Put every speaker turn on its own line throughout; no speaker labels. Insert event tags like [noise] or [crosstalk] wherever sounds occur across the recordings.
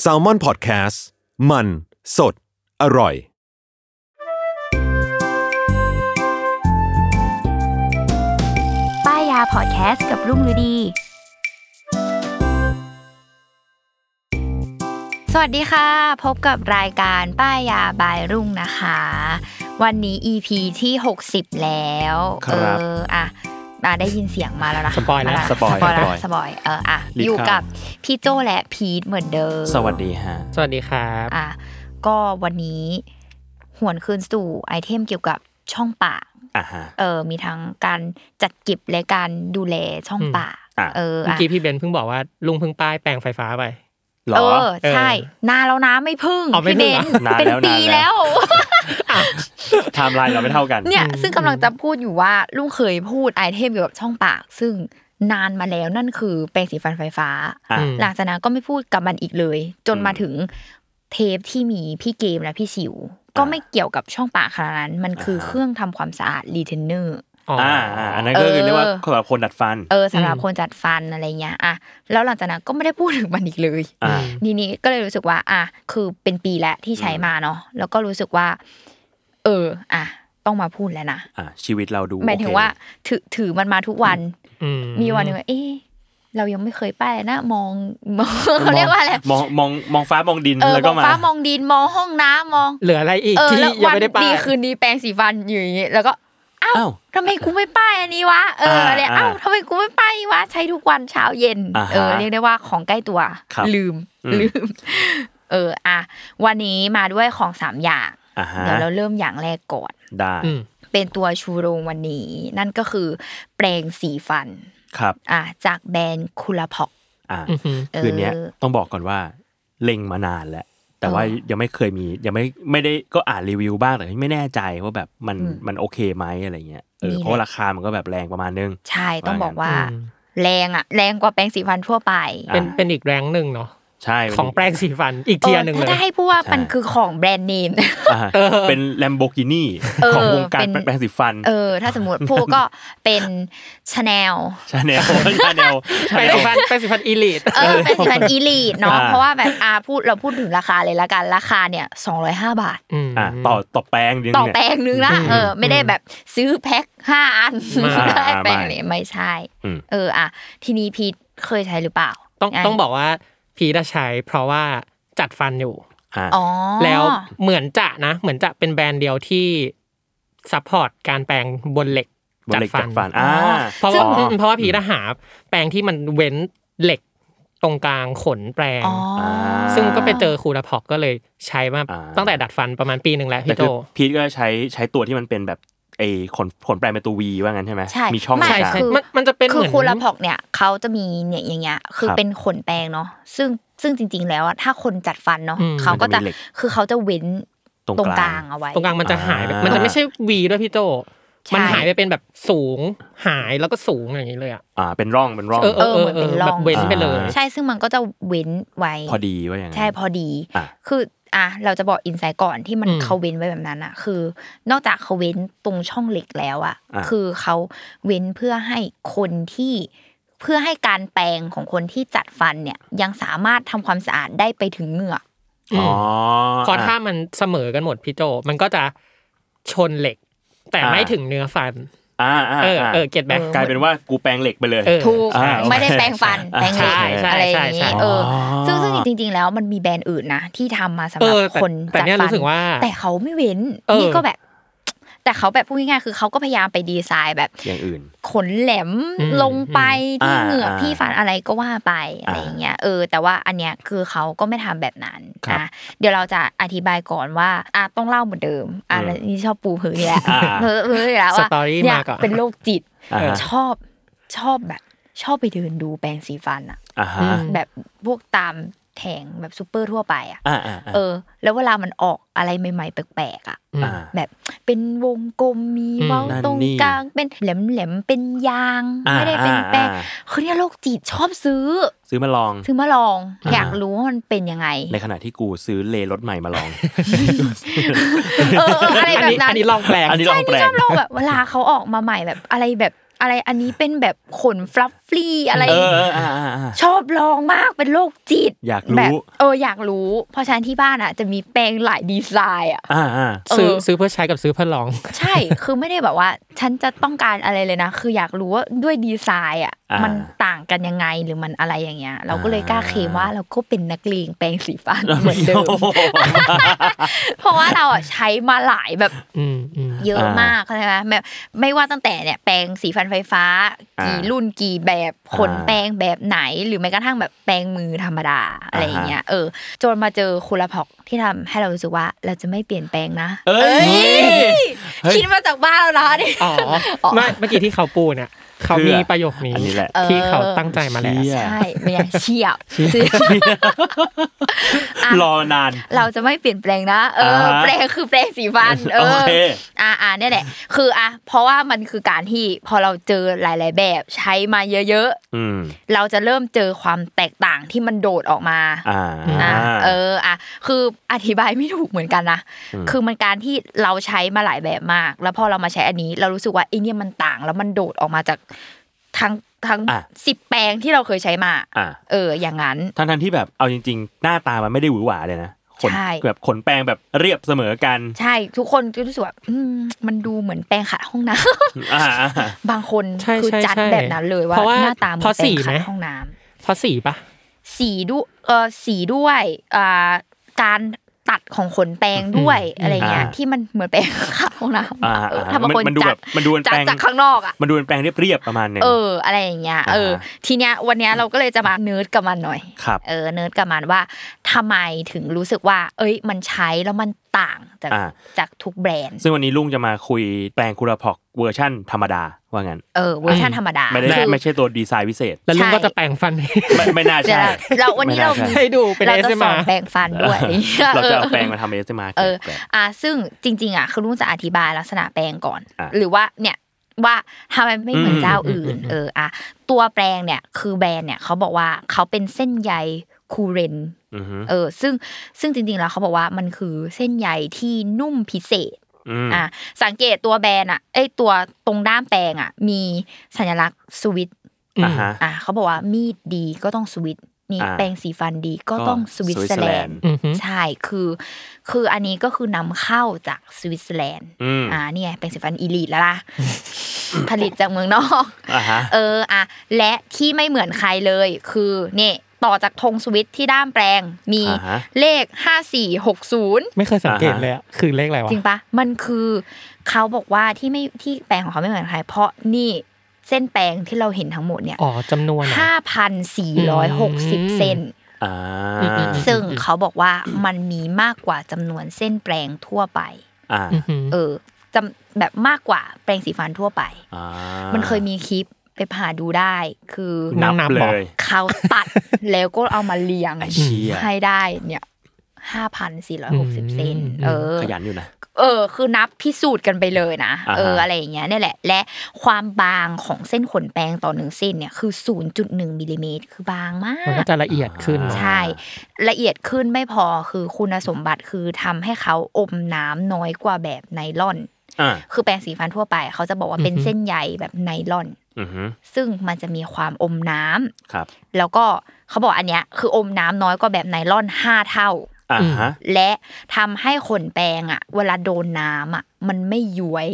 แซลมอนพอดแคสต์มันสดอร่อย
ป้ายยาพอดแคสต์กับรุ่งฤดี สวัสดีค่ะ พบกับรายการป้ายยาบายรุ่งนะคะ วันนี้ EP ที่ 60 แล้ว
ครับ
เอออ่ะอ่ะได้ยินเสียงมาแล้วนะ
สปอยล์แล้ว
มา
สปอยล์
สปอยล์แล้ว
สปอยล์
สปอยล์เอออ่ะ
รีบ
อยู่
เข้ากั
กับพี่โจและพีทเหมือนเดิม
สวัสดีฮะ
สวัสดีครับ
อ่ะก็วันนี้หวนคืนสู่ไอเทมเกี่ยวกับช่องปาก
อ่ะฮะ
เออมีทั้งการจัดเก็บและการดูแลช่อง
อืม
ปาก
อ่ะ
เออ
เมื่อ
อ่ะ
กี้พี่เบนเพิ่งบอกว่าลุงเพิ่งป้ายแปลงไฟฟ้าไป
หร
เอ
อ
อใช่นานแล้วนะไม่พึ่ง
อ๋อไม่
พี่
พึ่
เบ
ง
น
เหรอ
นาน
เป็น
แล้ว
ปี
นานแล้
แล้ว
ว ไทม์ไลน์เราไม่เท่ากัน
เนี่ยซึ่งกำลังจะพูดอยู่ว่าลุงเคยพูดไอเทมเกี่ยวกับช่องปาก ซึ่งนานมาแล้วนั่นคือแปรงสีฟันไฟฟ้า
อ่ะ
อืม
หลังจากนั้นก็ไม่พูดกับมันอีกเลย จน
อืม
มาถึงเทปที่มีพี่เกมและพี่สิว ก็ไม่เกี่ยวกับช่องปากขนาดนั้น มันคืออา
ฮะ
เครื่องทำความสะอาดรีเทนเนอร์
อ๋ออ
อ่าอ่าอันนั้นก็คือเรียกว่า
เออ
สำหรับคนดัดฟัน
เออสำหรับ
อืม
คนจัดฟันอะไรเงี้ยอ่ะแล้วหลังจากนั้นก็ไม่ได้พูดถึงมันอีกเลย
อ่า
ทีนี้ก็เลยรู้สึกว่า อ่ะคือเป็นปีแล้วที่ใช้มาเนาะแล้วก็รู้สึกว่า เออ อ่ะ ต้องมาพูดแล้วนะ
อ่า ชีวิตเราดู
หมายถึงว่า
โอเค
ถือถือมันมาทุกวัน
อืม
มีวันหนึ่งว่าเอ๊ะเรายังไม่เคยไป้ายนะมองมองเขาเรียกว่าอะไร
มองมองมองฟ้ามองดิน
เออ
แล้ว
ม
ก็
อง
มา
ฟ้ามองดินมองห้องน้ำมอง
เหลืออะไรอีก
เออ
ที่
แล้ว
ยัง
วัน
ไม่ได้ป้า
ดี
ย
คืนดีแปรงสีฟันอยู่อย่างนี้แล้วก็อ้าว
อ้าว
ทำไมกูไม่ป้ายอันนี้วะเออ
อ่า
เลยอ้าว
อ่า
ทำไมกูไม่ป้ายวะใช้ทุกวันเช้าเย็น
อ่าฮะ
เออเรียกได้ว่าของใกล้ตัว
ครับ
ลืม
อืม
ลืม เอออ่ะวันนี้มาด้วยของสามอย่าง
อ่าฮะ
เดี๋ยวเราเริ่มอย่างแรกก่อน
ได้
อืม
เป็นตัวชูโรงวันนี้ นั่นก็คือ แปรงสีฟัน
ครับ
อ่ะจากแบรนด์คูลาพ็อก
อ่า
อือหือ
เออ
คืนเนี้ยต้องบอกก่อนว่าเล็งมานานแล้ว แต่ว่า
เออ
ยังไม่เคยมียังไม่ไม่ได้ก็อ่านรีวิวบ้างแต่ไม่แน่ใจว่าแบบมัน
อืม
มันโอเคไหมอะไรเงี้ยเอ
นี่แห
อ
ละ
เพราะว่าราคามันก็แบบแรงประมาณนึง
ใช่ต้องบอกว่า
อืม
แรงอ่ะ แรงกว่าแปรงสีฟันทั่วไป
อ่ะ
เป็นเป็นอีกแรงหนึ่งเนาะ
ใช่
ของแปลงสีฟันอีกเทียร์หนึ่ง
อ
เล
อย ถ้าได้ให้พูดว่ามันคือของแบรนด์เนม
อ่าเป็นแลมโบกินี
เออ
ของวงการ
เป็น
แปรงสีฟัน
เออ ถ้าสมม
[laughs]
ติพูดก็เป็นชาแนล
ชาแน [laughs] ลชาแนล
แปลงสีฟันแปลงสีฟันอีลิต
เออเป็นสิบันอีลีดเนาะ
อ่า
เพราะว่าแบบอาพูดเราพูดถึงราคาเลยละกันราคาเนี่ย205 บาท
อ่ะต่อต่อแปลงนึง
ต่อ
เนี่ย
แปลงนึงนะ
อืม
เออ ไม่ได้แบบซื้อแพ็คห้าอัน
[laughs] ไม่
ได้แปลง
ไม่
เนี่ยไม่ใช่
อืม
เอออ่ะทีนี้พีทเคยใช้หรือเปล่า
ต้อง
น
ต้องบอกว่าพีดใช้เพราะว่าจัดฟันอยู่
อ่ะ
อ๋อ
แล้วเหมือนจะนะ เหมือนจะเป็นแบรนด์เดียวที่ซัพพอร์ตการแปลงบนเหล็ก
บน
จัด
เหล็ก
ฟั
จั
น
ดฟันอ่า
เพราะว่า
ซึ่ง
เพราะว่าผีทหารแปลงที่มันเว้นเหล็กตรงกลางขนแปลง
อ๋ออ
า
ซึ่งก็ไปเจอครูละพอกก็เลยใช้มา
อ่า
ตั้งแต่ดัดฟันประมาณปีหนึ่งแล้ว
แต่
พี่โจ
คือพีทก็ใช้ใช้ตัวที่มันเป็นแบบไอ้ขนขนแปลงเป็นตัววีว่างั้นใช่ไหม
ใช่
มีช่อง
ไม่
ใช่
กลาง
ใช่
คือ
มันมันจะเป็น
คือ
เหมือน
คูลาพอกเนี่ยเขาจะมีเนี่ยอย่างเงี้ยคือ
ครับ
เป็นขนแปรงเนาะซึ่งซึ่งจริง ๆ แล้วอะถ้าคนจัดฟันเนาะ
อืม
เขาก็จะ
มันจะมีเหล็ก
คือเขาจะเว้น
ตรง
ตรง
ก
ก
ลา
ลาง
ง
เอาไว้
ตรงกลางมันจะหายไป
อ่ามั
มันจะไม่ใช่วีด้วยพี่โจ
ใช่
มันหายไปเป็นแบบสูงหายแล้วก็สูงอย่างนี้เลยอ่ะ
อ่าเป็นร่องเป็นร่อง
เออเออเออ
เออเหมือนเป็นร่
แบ
อง
บเว้นไปเลย
อ่า
ใช่ซึ่งมันก็จะเว้นไว้
พอดีว่าอย่างนั้น
ใช่พอดี
อ่ะ
คืออ่ะเราจะบอกอินไซต์ก่อนที่มัน
อืม
เขาเว้นไว้แบบนั้นอะคือ นอกจากเขาเว้นตรงช่องเหล็กแล้วอะ
อ่ะ
คือเขาเว้นเพื่อให้คนที่เพื่อให้การแปรงของคนที่จัดฟันเนี่ยยังสามารถทำความสะอาดได้ไปถึงเหงือก
อ๋อ
พอถ้ามันเสมอกันหมดพี่โจ มันก็จะชนเหล็ก แต่
อ่า
ไม่ถึงเนื้อฟัน
อ่าอ่า
เออเออเก็ตแบ็
เออ
กลายเป็นว่ากูแปลงเหล็กไปเลย
เออ
ถูก
อ่าโอเค
ไม่ได้แปลงฟัน แปลงเหล็ก
ใช่ใช่
อะไรอย่าง
ใช่
งี้
ใช่
เอออ
อ
ซึ่งซึ่งจริงๆ แล้วมันมีแบรนด์อื่นนะ ที่ทำมาสำห
เอ
รับ
อแต่
คน
แต่
จัด
เนี่
ฟั
ย
น
รู้สึกว่า
แต่เขาไม่เว้น
เออ
นี่ก็แบบ แต่เขาแบบพูดง่ายๆคือเขาก็พยายามไปดีไซน์แบบ
อย่างอื่น
ขนแหลม
อืม
ลงไปที่
อ่า
เหงือก
อ่า
ที่ฟันอะไรก็ว่าไปอะไร
อ่า
อย่างเงี้ยเออ แต่ว่าอันเนี้ยคือเขาก็ไม่ทำแบบนั้น
ครับ
นะเดี๋ยวเราจะอธิบายก่อนว่าอ่ะต้องเล่าเหมือนเดิมอ่ะ
อืม
นี่ชอบปูพื้นแหละ
อ่า
เพ้อเพ้ออีกแล้ว
ส
ว่า
ตอรี่
เนี่ย
มาก่อน
เป็นโรคจิต
อ่าฮะ
ชอบชอบแบบ ชอบไปเดินดูแปรงสีฟันอะ
อ่าฮะ
อืม
แบบพวกตามแผงแบบซูเปอร์ทั่วไปอะ
อ่าอ่า
เออ แล้วเวลามันออกอะไรใหม่ๆ แปลกๆอะ
อืม
อ่า
แบบเป็นวงกลมมี
อืม
เว้าตรง
นั่นนี่
กลางเป็นแหลมๆเป็นยาง
อ่า
ไม่ได้เป็นแป้ง
อ่า
คนเนี้ยโรคจิตชอบซื้อ
ซื้อมาลอง
ซื้อมาลอง
อ่า
อยากรู้ว่ามันเป็นยังไง
ในขณะที่กูซื้อเลรถใหม่มาล
[laughs]
อง
เออเอออะไร
อัน
แบบ
นี้
นั้
อั
น
นนี้ลองแปลง
อันนี้ล
ใช่
องแปล
นี่ชอ
ง
บลองแบบเวลาเขาออกมาใหม่แบบอะไรแบบอะไรอันนี้เป็นแบบขนฟลัฟฟี่อะไร
เออเอออ่าอ่าอ่า
ชอบลองมากเป็นโรคจิต
อยากรู้
แบบเอออยากรู้ เพราะฉะนันที่บ้านอ่ะ จะมีแปรงหลายดีไซน์อ่ะ
อ่าอ่า
ซื้อ
เออ
ซื้อเพื่อใช้กับซื้อเพื่อลอง
ใช่ คือไม่ได้แบบว่า ฉันจะต้องการอะไรเลยนะ คืออยากรู้ว่าด้วยดีไซน์อ่ะ
อ่ามั
มันต่างกันยังไงหรือมันอะไรอย่างเงี้ย เราก็เลย
อ่า
กล้าเคลมว่าเราก็เป็นนักเลงแปรงสี
[laughs]
ฟันเหมือนเดิม เพราะว่าเราอ่ะใช้มาหลายแบบ
อืมอืม
เยอะ
อ่าม
มากเข้าใจไหมแบบไม่ว่าตั้งแต่เนี่ยแปรงสีฟันไฟฟ้า กี่
อ่ารุ่
รุ่นกี่แบบขน
อ่า
แปรงแบบไหน หรือแม้กระทั่งแบบแปรงมือธรรมดาอะไรอย่างเงี้ย เออ จนมาเจอคุลพอกที่ทำให้เรารู้สึกว่าเราจะไม่เปลี่ยนแปลงนะ
เอ้ยเฮ้ย
คิดมาจากบ้านเรานะเนี่ย
อ๋อ
อ๋อ
ไม่เมื่อกี้ที่เขาปูเนี่ยเขามีประโยคนี้
อันนี้แหละ
ที่เขาตั้งใจมาแล้ว
เชี่ย
ใช่เป็นไงเชี่ยอ่ะ
รอนาน
[laughs] เราจะไม่เปลี่ยนแปลงนะ เออ
อ่าฮะ
แปลงคือแปลงสีฟัน เอ
โอ
อ
เค
อ่าอ่าเนี่ยแหละ คืออ่ะเพราะว่ามันคือการที่พอเราเจอหลาย ๆ แบบใช้มาเยอะ
อืม
ๆ เราจะเริ่มเจอความแตกต่างที่มันโดดออกมา
อ่า
นะเอออ่ะคืออธิบายไม่ถูกเหมือนกันนะ
อืม
คือมันการที่เราใช้มาหลายแบบมาก แล้วพอเรามาใช้อันนี้ เรารู้สึกว่าไอเนี่ยมันต่างแล้วมันโดดออกมาจากทั้งทั้ง
อ่ะ
สิบแปลงที่เราเคยใช้มา
อ่า
เออ อย่างนั้น
ทั้งทั้งๆที่แบบเอาจริง ๆ หน้าตามันไม่ได้หวือหวาเลยนะขน
ใช่
แบบขนแปรงแบบเรียบเสมอกัน
ใช่ทุกคนก็รู้สึกว่าอืมมันดูเหมือนแปรงขัดห้องน้
อ่า
ำ [laughs] บางคน
ใช่
คือ
ใช่
จัด
ใช่
แบบนั้นเลยว่า
เพราะว่า
หน้าตาเหมื
เพ
อน
ราะ
แปร
สี
ง
ไหม
ขัดห้องน้ำ
เพราะสีปะ
สีด้วยเออสีด้วยอ่าการตัดของขนแปรงด้วย
อืม
อะไรเงี้ย
อ่า
ที่มันเหมือนแปรงขัดห้องน้ำ
อ่า
เออ
อ่า
ถ้าบางคน
มันดู
จั
แบ
ด
บมันดูเป็น
จัด
แปรง
จากข้างนอกอ่ะ
มันดูเป็นแปรงเรียบๆประมาณหนึง
เออ อะไรอย่างเงี้ย เออ
อ่าฮะ
ทีเนี้ยวันเนี้ยเราก็เลยจะมาเนิร์ดกับมันหน่อย
ครับ
เออ เนิร์ดกับมันว่าทำไมถึงรู้สึกว่า เอ้ย มันใช้แล้วมันต่างจาก
อ่า
จากทุกแบรนด์
ซึ่งวันนี้ลุงจะมาคุยแปลงคูลาพอกเวอร์ชั่นธรรมดาว่างั้น
เออ เวอร์ชันธรรมดา
ไม่ได้
คือ
ไม่ใช่ตัวดีไซน์พิเศษ
แล้วลุง
ใช่
ก็จะแปลงฟัน
ไม่ไม่น่า
เดี๋ย
ใช่
วเราเราวันนี้เรามี
[laughs] ให้ดูเป็น
เราจะสอน
ASMR
แปรงฟันด้วย
เราจะเอา
ออ
แปรงมาทำเอสมา
เออ อ่ะซึ่งจริง ๆ อ่ะคือลุงจะอธิบายลักษณะแปลงก่อน
อ่ะ
หรือว่าเนี่ยว่าทำไมไม่เหมือนเจ้าอื่น
อืม
เอออ่ะตัวแปลงเนี่ยคือแบรนด์เนี่ยเขาบอกว่าเขาเป็นเส้นใยคูเรน
อือฮึ
เออ ซึ่งซึ่งจริง ๆ แล้วเขาบอกว่ามันคือเส้นใยที่นุ่มพิเศษ
ม
อ่ะสังเกตตัวแบรนด์อ่ะเอ้ยตัวตรงด้ามแปลงอ่ะมีสัญลักษณ์สวิตช์
อืม
อ่าฮะ
อ่ะเขาบอกว่ามีดดีก็ต้องสวิตช์นี่
อ่ะ
แปรงสีฟันดีก็ต้องสวิตเซอร์แลนด์
อือหือ
ใช่ คือ คืออันนี้ก็คือนำเข้าจากสวิตเซอร์แลนด์
อืม
อ่า เนี่ย เป็นสีฟันอีลีทแล้วล่ะ [laughs] ผลิตจากเมืองนอก
อ่าฮะ
เออ อ่ะ และที่ไม่เหมือนใครเลย คือเนี่ยต่อจากธงสวิตที่ด้ามแปลง มี
อ่าฮะ
เลข 5460
ไม่เคยสังเกตเลยอะคือเลขอะไรวะ
จริงปะมันคือเขาบอกว่าที่ไม่ ที่แปลงของเขาไม่เหมือนใคร เพราะนี่เส้นแปลงที่เราเห็นทั้งหมดเนี่ย
อ๋อจำนวนอะ
ห้าพันสี่ร้อยหกสิบเซน
อ่า
อืมอืม
ซึ่งเขาบอกว่ามันมีมากกว่าจำนวนเส้นแปลงทั่วไป
อ่า
อือหือ
เออจำแบบมากกว่าแปลงสีฟันทั่วไป
อ่า
มันเคยมีคลิปไปผ่าดูได้ คือ
นั
นั
บบ เหร
เล
อ
ย
เขาตัด แล้วก็เอามาเรียง
ไอ้เชี่ย
ให้ได้เนี่ยห้าพันสี่ร้อยหกสิบเซนเออ
ขยันอยู่นะ
เออ คือนับพิสูจน์กันไปเลยนะ
อ่าฮะ
เออ อะไรอย่างเงี้ยเนี่ยแหละ และความบางของเส้นขนแปรงต่อหนึ่งเส้นเนี่ย คือ 0.1มิลลิเมตร คือบางมา
มันก็
ก
จะละเอียดขึ้น
ใช่ ละเอียดขึ้นไม่พอคือคุณสมบัติคือทำให้เขาอมน้ำน้อยกว่าแบบไนลอน
อ่า
คือแปรงสีฟันทั่วไป เขาจะบอกว่าเป็น
อือฮึ
เส้นใยแบบไนลอน
อือฮึ
ซึ่งมันจะมีความอมน้ำ
ครับ
แล้วก็เขาบอกอันเนี้ยคืออมน้ำน้อยกว่าแบบไนลอน 5 เท่า
อ่าฮะ
และทำให้ขนแปรงอ่ะ เวลาโดนน้ำอ่ะมันไม่ย้วย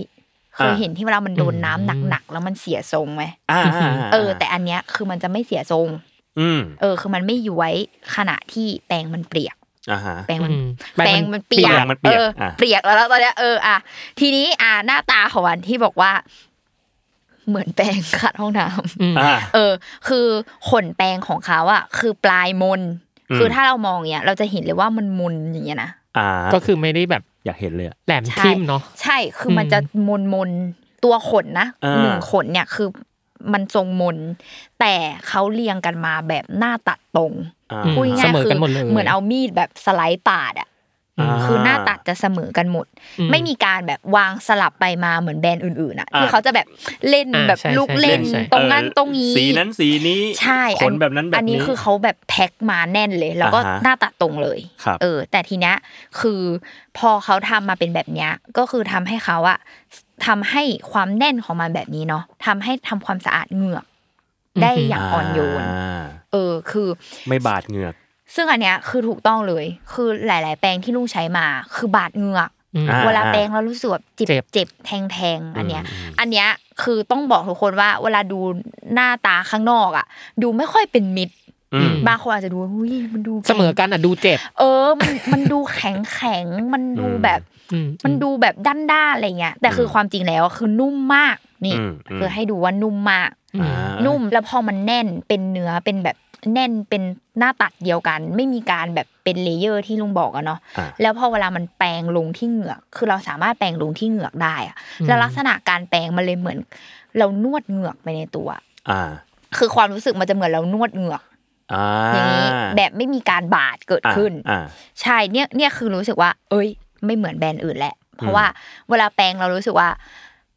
เคยเห็นที่เวลามันโดนน้ำหนักๆแล้วมันเสียทรงไหม
อ่าาาา
เออ แต่อันเนี้ยคือมันจะไม่เสียทรง
อืม
เออ คือมันไม่ย้วยขณะที่แปรงมันเปียก
อ่าฮะ
แปรงมัน
อืม
แปรงมันเปียก
แปรงมันเปียก
ออ
อ่ะ
เปียกแล้วแล้วตอนเนี้ยเอออ่ะทีนี้อ่ะหน้าตาของวันที่บอกว่า เหมือนแปรงขัดห้องน้ำ [laughs]
อืม
อ่า
เออ คือขนแปรงของเขาอ่ะ คือปลายมน
อืม
คือถ้าเรามองเนี่ย เราจะเห็นเลยว่ามันมนอย่างเงี้ยนะ
อ่า
ก็คือไม่ได้แบบ
อยากเห็นเลยอ่ะ
แหลมทิ่มเนาะ
ใช่ คือมันจะมนมนๆตัวขนนะ
อ่า
หนึ่งขนเนี่ยคือมันทรงมน แต่เขาเรียงกันมาแบบหน้าตัดตรง
อ่า
อืม
พูดง่าย
เสม
ๆ
อ
คื
กันหมดเลย
เหมือนเอามีดแบบสไลด์ปาดอ่ะ
อ่า
คือหน้าตัดจะเสมอกันหมด ไม่มีการแบบวางสลับไปมาเหมือนแบรนด์อื่นๆอ่ะ
อ่า
ที่เขาจะแบบเล่น
อ่า
แบบ
ใช่
ลูก
ใช่
เล่น
ใช่
ตรงนั้นตรงนี้
เออสีนั้นสีนี้
ใช่
ขนแบบนั้นแบบนี้
อันนี้คือเขาแบบแพ็คมาแน่นเลย แล้วก็
อ่าฮะ
หน้าตัดตรงเลย
ครับ
เออ แต่ทีเนี้ยคือพอเขาทำมาเป็นแบบเนี้ยก็คือทำให้เขาอะทำให้ความแน่นของมันแบบนี้เนาะทำให้ทำความสะอาดเหงือก ได้อย่างอ่อนโยน
อ่า
เออ คือ
ไม่บาดเหงือก
ซึ่งอันเนี้ยคือถูกต้องเลย คือหลาย ๆ แปรงที่ลุงใช้มา คือบาดเหงือก
อืม
อ่า
เวลาแปรงแล้วรู้สึกแบบเจ็บ
เจ็บ
เจ็บแทงแทงๆอันเนี้ย
อืม
อันเนี้ยคือต้องบอกทุกคนว่า เวลาดูหน้าตาข้างนอกอะดูไม่ค่อยเป็นมิตร
อืม
บางคนอาจจะดูว่าอุ้ยมันดู
เสมอกันอ่ะดูเจ็บ
เออ มันมันดูแข็งแข็งมันดูแบบ
อื
มันดูแบบด้านด้านๆอะไรเงี้ย แต่คือความจริงแล้วคือนุ่มมากนี่
อืมอืม
คือให้ดูว่านุ่มมาก
อืม
อ่า
นุ่มแล้วพอมันแน่นเป็นเนื้อเป็นแบบแน่นเป็นหน้าตัดเดียวกัน ไม่มีการแบบเป็นเลเยอร์ที่ลุงบอกอะเนาะ
อ่า
แล้วพอเวลามันแปรงลงที่เหงือก คือเราสามารถแปรงลงที่เหงือกได้อะแล้วลักษณะการแปรงมันเลยเหมือน เรานวดเหงือกไปในตัว
อ่า
คือความรู้สึกมันจะเหมือนเรานวดเหงือก
อ่า
อย่างนี้แบบไม่มีการบาดเกิด
อ่า
ขึ้น
อ่า
ใช่เนี่ยเนี่ยคือรู้สึกว่า เอ้ย ไม่เหมือนแบรนด์อื่นแหละ เพ
อื
ราะ
ม
ว่าเวลาแปรงเรารู้สึกว่า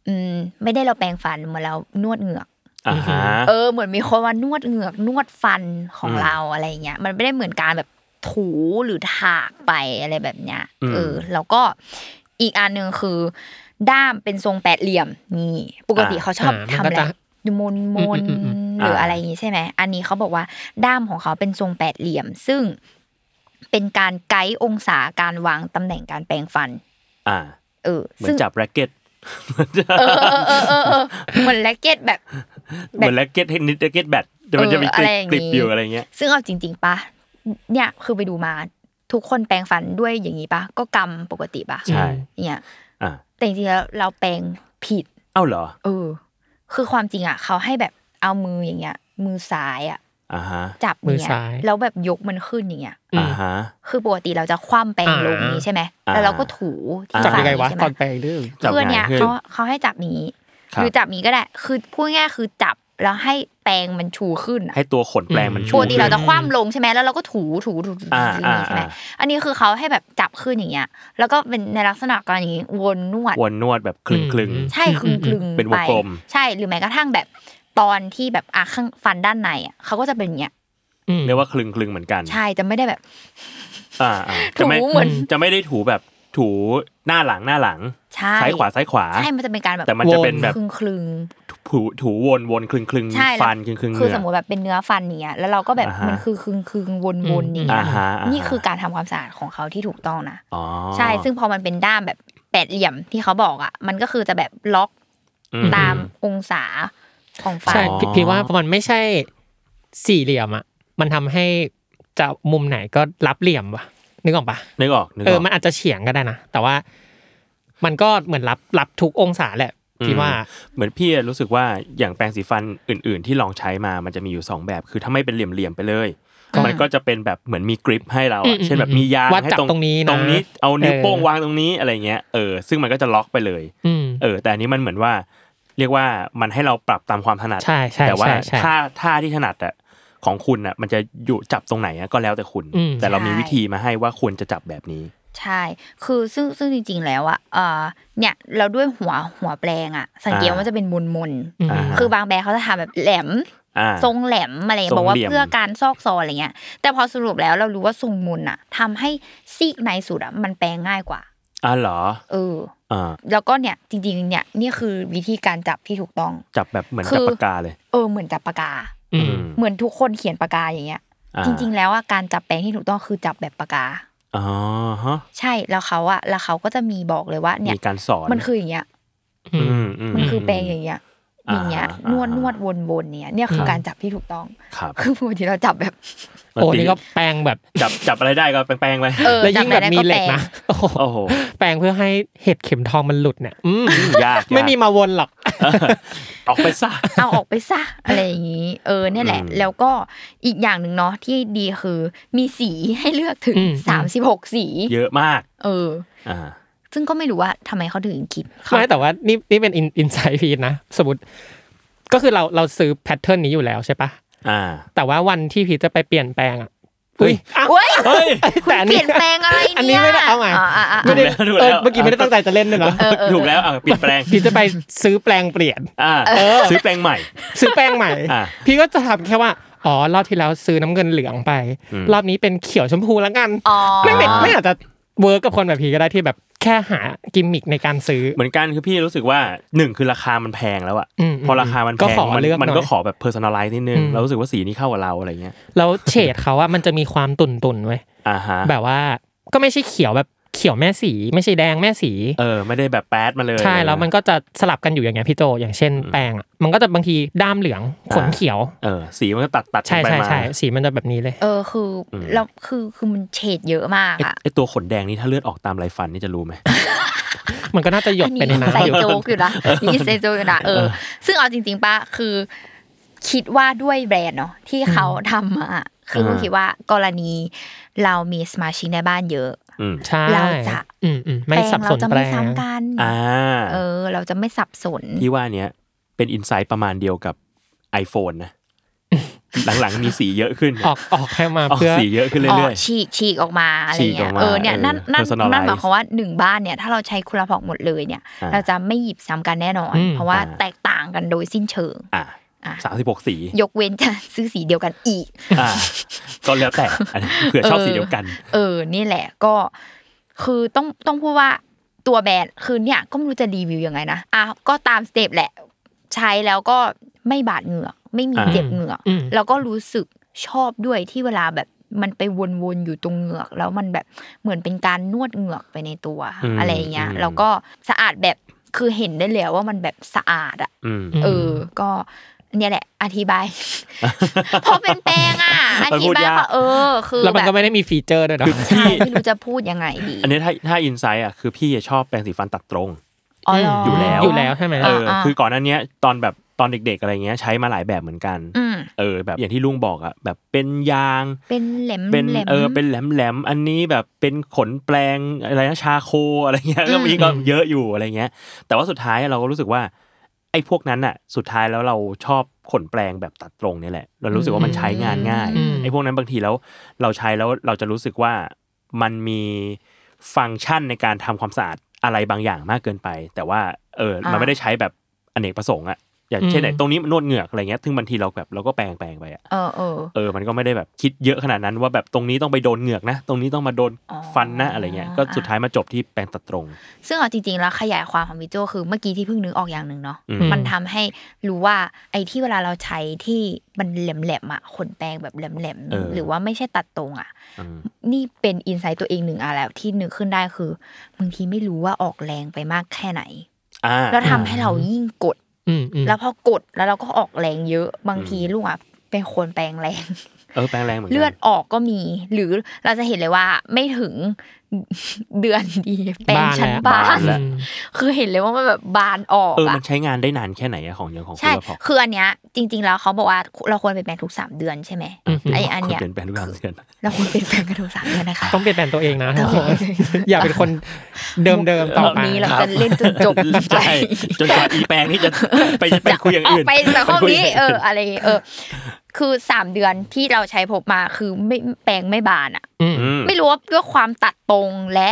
อืม ไม่ได้เราแปรงฟันเหมือนเรานวดเหงือก
อ่าฮะ
เออเหมือนมีคนว่านวดเหงือกนวดฟันของ
อืม
เราอะไรอย่างเงี้ย มันไม่ได้เหมือนการแบบถูหรือถากไปอะไรแบบเนี้ย
อืม
เออแล้วก็อีกอันหนึ่งคือ ด้ามเป็นทรงแปดเหลี่ยมนี่ปกติ
อ่า
เขาชอบ
อ่ามัน
ทำอะ
ก็
ไร
จะ
มนมน
อืมอืมอืม
หรืออา อะไรอย่างงี้ใช่ไหมอันนี้เขาบอกว่าด้ามของเขาเป็นทรงแปดเหลี่ยม ซึ่งเป็นการไกด์องศาการวางตำแหน่งการแปรงฟัน
อ่า
เออ
เหมือ
ซึ่
น
ง
จับแร็กเก็ต
เออเออเออเออเออเหมือนแร็กเก็ตแบบ
เหมือนแร็กเก็ตเทนนิสแร็กเก็ตแบดแต่มันจะมี
เออ
คลิ
อะไรอย่างงี้
ปคลิปอยู่อะไรเงี้ย
ซึ่งเอาจริง ๆปะเนี่ยคือไปดูมาทุกคนแปรงฟันด้วยอย่างนี้ปะก็กำปกติปะ
ใช่
เนี่ย
อ่า
แต่จริงๆแล้วเราแปรงผิด
เอ้าเหรอ
เออ คือความจริงอ่ะเขาให้แบบเอามืออย่างเงี้ย มือซ้ายอ่ะ
อ่าฮะ
จับ
มือ
เนี่ย
ซ้าย
แล้วแบบยกมันขึ้นอย่างเงี้ย
อื
อ่าม ฮะ
คือปกติเราจะคว่ำแปรงลงนี้ใช่ไหม
อ่า
แล้วเราก็ถูที่
จับ
ฝ่า
ยังไงวะ
ใช่
ต
หม
อนแปลงดื้อ
จับ
เพื่อนเนี้ย
ไงขึ้น
เขาเขาให้จับนี้ห
ครับ
รือจับนี้ก็ได้ คือพูดง่ายๆคือจับแล้วให้แปรงมันชูขึ้นอะ
ให้ตัวขนแปลงมันชู
ปกติ
ขึ้น
เราจะคว่ำลงใช่ไหมแล้วเราก็ถูถูถูถูถู
อ่า
อย่างนี้ใช่ไหม
อ่า
อันนี้คือเขาให้แบบจับขึ้นอย่างเงี้ย แล้วก็เป็นในลักษณะการอย่างนี้วนนวด
วนนวดแบบคลึงคลึง
อืม
ใช่คลึงคลึงๆ
เป็นวงกลม
ใช่หรือแม้กระทั่งแบบตอนที่แบบอาข้างฟันด้านในอ่ะเขาก็จะเป็นอย่างเงี้ย
อืม
เรียกว่าคลึงคลึงเหมือนกัน
ใช่จะไม่ได้แบบ
อ่าอ่าจะไม่
ถูเหมือน
จะไม่ได้ถูแบบถูหน้าหลังหน้าหลัง
ใช่
ซ้ายขวาซ้ายขวา
ใช่มันจะเป็นการแบบ
แต่มันจะเป็นแบบ
คลึงคลึง
ถูถูวนวนคลึงคลึง
ใช่แล้ว
ฟันคลึงคลึ
ๆ
งเห
คือ
งื่
ส
อ
มมติแบบเป็นเนื้อฟันเนี้ยแล้วเราก็แบบ
อ่าฮะ
มันคือคลึงคลึงวนวนๆอย่างเงี้ย
อ่าฮะอ่าฮะ
นี่คือการทำความสะอาดของเขาที่ถูกต้องนะ
อ๋อ
ใช่ ซึ่งพอมันเป็นด้ามแบบแปดเหลี่ยมที่เขาบอกอ่ะ มันก็คือจะแบบล็อก
อื
ตามองศาของฟัน
ใช่พี่พี่ว่ามันไม่ใช่สี่เหลี่ยมอ่ะ มันทำให้จะมุมไหนก็รับเหลี่ยมวะนึกออกปะ
นึกออกนึก
เอ
อ
อ
อก
มันอาจจะเฉียงก็ได้นะ แต่ว่ามันก็เหมือนรับรับทุกองศาแหละพี่ว่า
เหมือนพี่รู้สึกว่าอย่างแปรงสีฟันอื่น ๆ ที่ลองใช้มามันจะมีอยู่ 2 แบบ คือถ้าไม่เป็นเหลี่ยม ๆ ไปเลย มันก็จะเป็นแบบเหมือนมีกริปให้เรา
อื
อะ
มอืม
เช่นแบบมียาง
ว่า
ให้
จับตรงนี้นะ
ตรงนี้เอานิ้ว
เออ
โป้งวางตรงนี้อะไรเงี้ยเออซึ่งมันก็จะล็อกไปเลย
อืม
เออแต่อันนี้มันเหมือนว่า เรียกว่ามันให้เราปรับตามความถนัด
ใช่ใช่
แต่ว่า
ใช่ใช่
ท่าท่าที่ถนัดอะของคุณอะมันจะอยู่จับตรงไหนอะก็แล้วแต่คุณ
อืม
แต่เรามีวิธีมาให้ว่าควรจะจับแบบนี้
ใช่ คือซึ่งซึ่งจริง ๆ แล้วอ่ะเอ่อเนี่ย เราด้วยหัวหัวแปลงอ่ะ สังเกตว่า
อ่า
มันจะเป็นมนมนๆ
อ่า
คือบางแบรนด์เขาจะทำแบบแหลม
อ่า
ทรงแหลมอะไรอย่างเงี้ย
ท
บอ
ร
ง กว่า
เหลี่ยม
เพื่อการซอกซอนอะไรเงี้ย แต่พอสรุปแล้วเรารู้ว่าทรงมนอ่ะทำให้ซีกในสุดอ่ะมันแปลงง่ายกว่า
อ่าเหรอ
เออ
อ่า
แล้วก็เนี่ยจริง ๆ เนี่ยนี่คือวิธีการจับที่ถูกต้อง
จับแบบเหมือนจับ
คือ
ปากกาเลย
เออเหมือนจับปากกา
อืม
เหมือนทุกคนเขียนปากกาอย่างเงี้ย
อ่า
จริง ๆ แล้วอ่ะการจับแปรงที่ถูกต้องคือจับแบบปากกา
อ๋อฮะ
ใช่แล้วเขาอ่ะแล้วเขาก็จะมีบอกเลยว่าเนี่ย
มีการสอน
มันคืออย่างเงี้ย
อืม
อืม
มันคือแปรงอย่างเงี้ย
อ่า
อย่างเงี้ย
อ่าน น
วดนวดวนวนเนี่ยเนี่ยคือการจับที่ถูกต้อง [laughs]
ครับ
คือปกติเราจับแบบ
โอ้นี่ก็แปลงแบบ
จับจับอะไรได้ก็แป้งๆไป
เออ
แล้ว
จับ
ยิ่ง
อะ
แบ
ไร
บ
ได้
มี
ก็
เห
แป
ล็
ร
ก
ง
นะโอ้โห
โอ้โห
แปลงเพื่อให้เห็ดเข็มทองมันหลุดเนี่ย อืม
ยาก
ไม่มี
ยาก
มาวนหรอก
ออกไปซะ
เอาออกไป
[laughs]
ซะอะไรอย่างนี้ เออเนี่ยแหละ
อืม
แล้วก็อีกอย่างหนึ่งเนาะที่ดีคือมีสีให้เลือกถึง
อืม
สามสิบหกสี
เยอะมาก
เออ
อ่า
ซึ่งก็ไม่รู้ว่าทำไมเขาถึงคิดเขา
ไม่แต่ว่านี่นี่เป็นอินไซต์พีนะ สมมติ ก็คือเราเราซื้อแพทเทิร์นนี้อยู่แล้วใช่ปะ
อ่า
แต่ว่าวันที่พีทจะไปเปลี่ยนแปลงอ่ะ
เฮ้
อุ้ย
ย
อ้าว
เว้ย
เฮ้ย
แต่อัน
เป
นี้
ลี่ยนแปลงอะไรเนี่ย
อันนี้ไม่ได้เอาใหม่
อ่ะอ่ะ
ไม่
อ่ะ
ได้
ถูกแล้วถูกแล้ว
เออเมื่อกี้ไม่ได้ตั้งใจจะเล่นเลยเนาะ
เออเออ
ถูกแล้วอ่ะเปลี่ยนแปลง
พีทจะไปซื้อแปลงเปลี่ยน
อ่าซื้อแปลงใหม่
ซื้อแป้งใหม่
อ่ะ
พี่ก็จะทำแค่ว่า อ๋อ รอบที่แล้วซื้อน้ำเงินเหลืองไป
อืม
รอบนี้เป็นเขียวชมพูแล้วกัน
อ๋อ
ไม่ไม่ไม่อาจจะเวิร์กกับคนแบบพี่ก็ได้ที่แบบแค่หากิมมิคในการซื้อ
เหมือนกันคือพี่รู้สึกว่าหนึ่งคือราคามันแพงแล้วอะ
อืม
พอราคามันแพ
ก็
ง
ขอ
มัน
เลือกหน่อย
มันก็ขอแบบ personalize นิดนึง
อืม
เรารู้สึกว่าสีนี้เข้ากับเราอะไรเงี้ย
แล้วเฉดเขาอะมันจะมีความตุ่นตุนๆไว้ย
อ่าฮะ
แบบว่าก็ไม่ใช่เขียวแบบเขียวแม่สี ไม่ใช่แดงแม่สี
เออไม่ได้แบบแป๊ดมาเลย
ใช่แล้วมันก็จะสลับกันอยู่อย่างเงี้ยพี่โจอย่างเช่นแป้งอะมันก็จะบางทีด้ามเหลืองขนเขียว
เออสีมันก็ตัดตัด
ใช่
ไป
ใช่
มา
ใช่สีมันจะแบบนี้เลย
เออคืออแล้วคือคือมันเฉดเยอะมาก
ไอ้
อ่ะ
ไอตัวขนแดงนี่ถ้าเลือดออกตามไรฟันนี่จะรู้ไหม
มันก็น่าจะหย
อั
ด
น
ไปใน
นี้
น้ำ
ใส่
อยู่
โจ๊กอยู่นะนี่ใส่โจ๊กอยู่นะเออ ซึ่งเอาจริงๆป้าคือ คิดว่าด้วยแบรนด์เนาะที่เขาทำมาอะคืออ
ม
คิดว่ากรณีเรามีสมาชิกในบ้านเยอะ
อืม
ใช่
เราจะ
อืมอืมไม่
แปลง
สับส
เรา
น
จะ
แปล
ไม่
ง
ซ้ำกัน
อ่า
เออ เราจะไม่สับสน
ที่ว่าเนี้ยเป็นอินไซต์ประมาณเดียวกับ iPhone นะ หลังๆมีสีเยอะขึ้น
ออกออกให้มา
ออก
เพื่อ
สีเยอะขึ้น
อ๋
เรื่
อ
อย
ฉีกฉีกออกมาอะไร
ฉีกอ
เงี้
อย กมา
เออเนี่ย
เออ
นั่นนั่น
personalize
นั่นหมายความว่าหนึ่งบ้านเนี่ยถ้าเราใช้คุรพอกหมดเลยเนี่ย
อ่า
เราจะไม่หยิบซ้ำกันแน่นอน
อืม
เพราะว่า
อ่า
แตกต่างกันโดยสิ้นเชิง
ๆอ่ะ
อ่ะ
สามสิบหกสี
ยกเว้นจะซื้อสีเดียวกันอีก
อ่าก็แล้วแต่ [laughs] อันนี้เผื่อชอบสีเดียวกัน
เออนี่แหละก็คือต้องต้องพูดว่าตัวแบรนด์คือเนี่ยก็ไม่รู้จะรีวิวยังไงนะอ่ะก็ตามสเต็ปแหละ ใช้แล้วก็ไม่บาดเหงือกไม่มี
อ่า
เจ็บเหงือก
อืม
แล้วก็รู้สึกชอบด้วยที่เวลาแบบมันไปวนๆอยู่ตรงเหงือก แล้วมันแบบเหมือนเป็นการนวดเหงือกไปในตัว
อืม
อะไรอย่างเงี้ย
อืม
แล้วก็สะอาดแบบคือเห็นได้เลยว่ามันแบบสะอาดอะ
อืม
เออ ก็เนี่ยแหละ อธิบาย เพราะเป็นแปลงอ่ะ อ
มัน
ธิ
พูด
บาย
ยาก
ว่าเออ คือ
แล้วมันก็
แบบ
ไม่ได้มีฟีเจอร์ด้วยเนาะ
ใช่ไม่รู้จะพูดยังไงดี
อันนี้ถ้าถ้าอินไซต์อ่ะคือพี่อะชอบแปรงสีฟันตัดตรง
อ๋อเหร
อยู่แล้ว
อยู่แล้วใช่ไหม
เอ
เอ
อ
อ
อคือก่อนหน้าเนี้ยตอนแบบตอนเด็กๆอะไรเงี้ยใช้มาหลายแบบเหมือนกัน
อืม
เออแบบอย่างที่ลุงบอกอ่ะแบบเป็นยาง
เป็นแหลม
เป็น
แหลม
เออเป็นแหลมแหลมๆอันนี้แบบเป็นขนแปลงอะไรนะชาโคอะไรเงี้ย [laughs]
อืม
ก็มีก็เยอะอยู่อะไรเงี้ย แต่ว่าสุดท้ายเราก็รู้สึกว่าไอ้พวกนั้นอ่ะสุดท้ายแล้วเราชอบขนแปลงแบบตัดตรงเนี่ยแหละ เรารู้สึกว่ามันใช้งานง่าย
อืม
ไอ้พวกนั้นบางทีแล้วเราใช้แล้วเราจะรู้สึกว่ามันมีฟังก์ชันในการทำความสะอาดอะไรบางอย่างมากเกินไป แต่ว่าเออมัน
อ่า
ไม่ได้ใช้แบบอเนกประสงค์อะอย่างเช่น
อืม
ไหนตรงนี้นวดเหงือกอะไรเงี้ยซึ่งบางทีเราแบบเราก็แปลงแปลงไปอะ
เออเออ
เออมันก็ไม่ได้แบบคิดเยอะขนาดนั้นว่าแบบตรงนี้ต้องไปโดนเหงือกนะ ตรงนี้ต้องมาโดน
อ๋อ
ฟันนะอะไรเงี้ยก็
อ่า
สุดท้ายมาจบที่แปลงตัดตรง
ซึ่งเอาจริงๆแล้วขยายความของพี่โจคือเมื่อกี้ที่เพิ่งนึกออกอย่างหนึ่งเนาะ
อืม
มันทำให้รู้ว่าไอ้ที่เวลาเราใช้ที่มันแหลมๆอ่ะขนแปรงแบบแหลม
เออ
ๆหรือว่าไม่ใช่ตัดตรงอ่ะ
อืม
นี่เป็นอินไซต์ตัวเองหนึ่งอะแล้วที่นึกขึ้นได้คือบางทีไม่รู้ว่าออกแรงไปมากแค่ไหน
อ่า
แล้วทำให้เรายิ่งกด
อืมอืม
แล้วพอกดแล้วเราก็ออกแรงเยอะบาง
อืม
ทีลูกอ่ะเป็นคนแปลงแรง
เออแปลงแรงเหมือนกัน
เลือดออกก็มี หรือเราจะเห็นเลยว่าไม่ถึง [laughs] เดือนดีแปลงชั้นบาน
อืม
คือเห็นเลยว่ามันแบบบานออก
เออ
อะ
มันใช้งานได้นานแค่ไหนอะของอย่างของคุ
ใช่
ณละพอ
คืออันเนี้ยจริง ๆ แล้วเขาบอกว่าเราควรไปแปลงทุกสามเดือนใช่ไหม
อืม
ไออันเนี้ย
คุณเปลี่ยนแปลงทุกสามเดือน
เราควรเป็นแปลงกันทุกสามเดือนนะคะ
ต้องเปลี่ยนแปลงตัวเองนะ
ต้
ทุ
อก ง
คนอย่าเป็นคนเดิมเดิมๆต่อ
รอบ
ไป
นี้เราจะเล่นจนจบ
ใช่จนกว่าอีแปลงนี่
[laughs]
จะไปไปคุยอย่าง
ออก
อื่น
ไปจากห้องนี้
ไปคุยย่า
เออ
อื่
อะไรเออ คือสามเดือนที่เราใช้พบมาคือไม่แปลงไม่บานอะ
อืม
ม
ไม่รู้ว่าด้วยความตัดตรงและ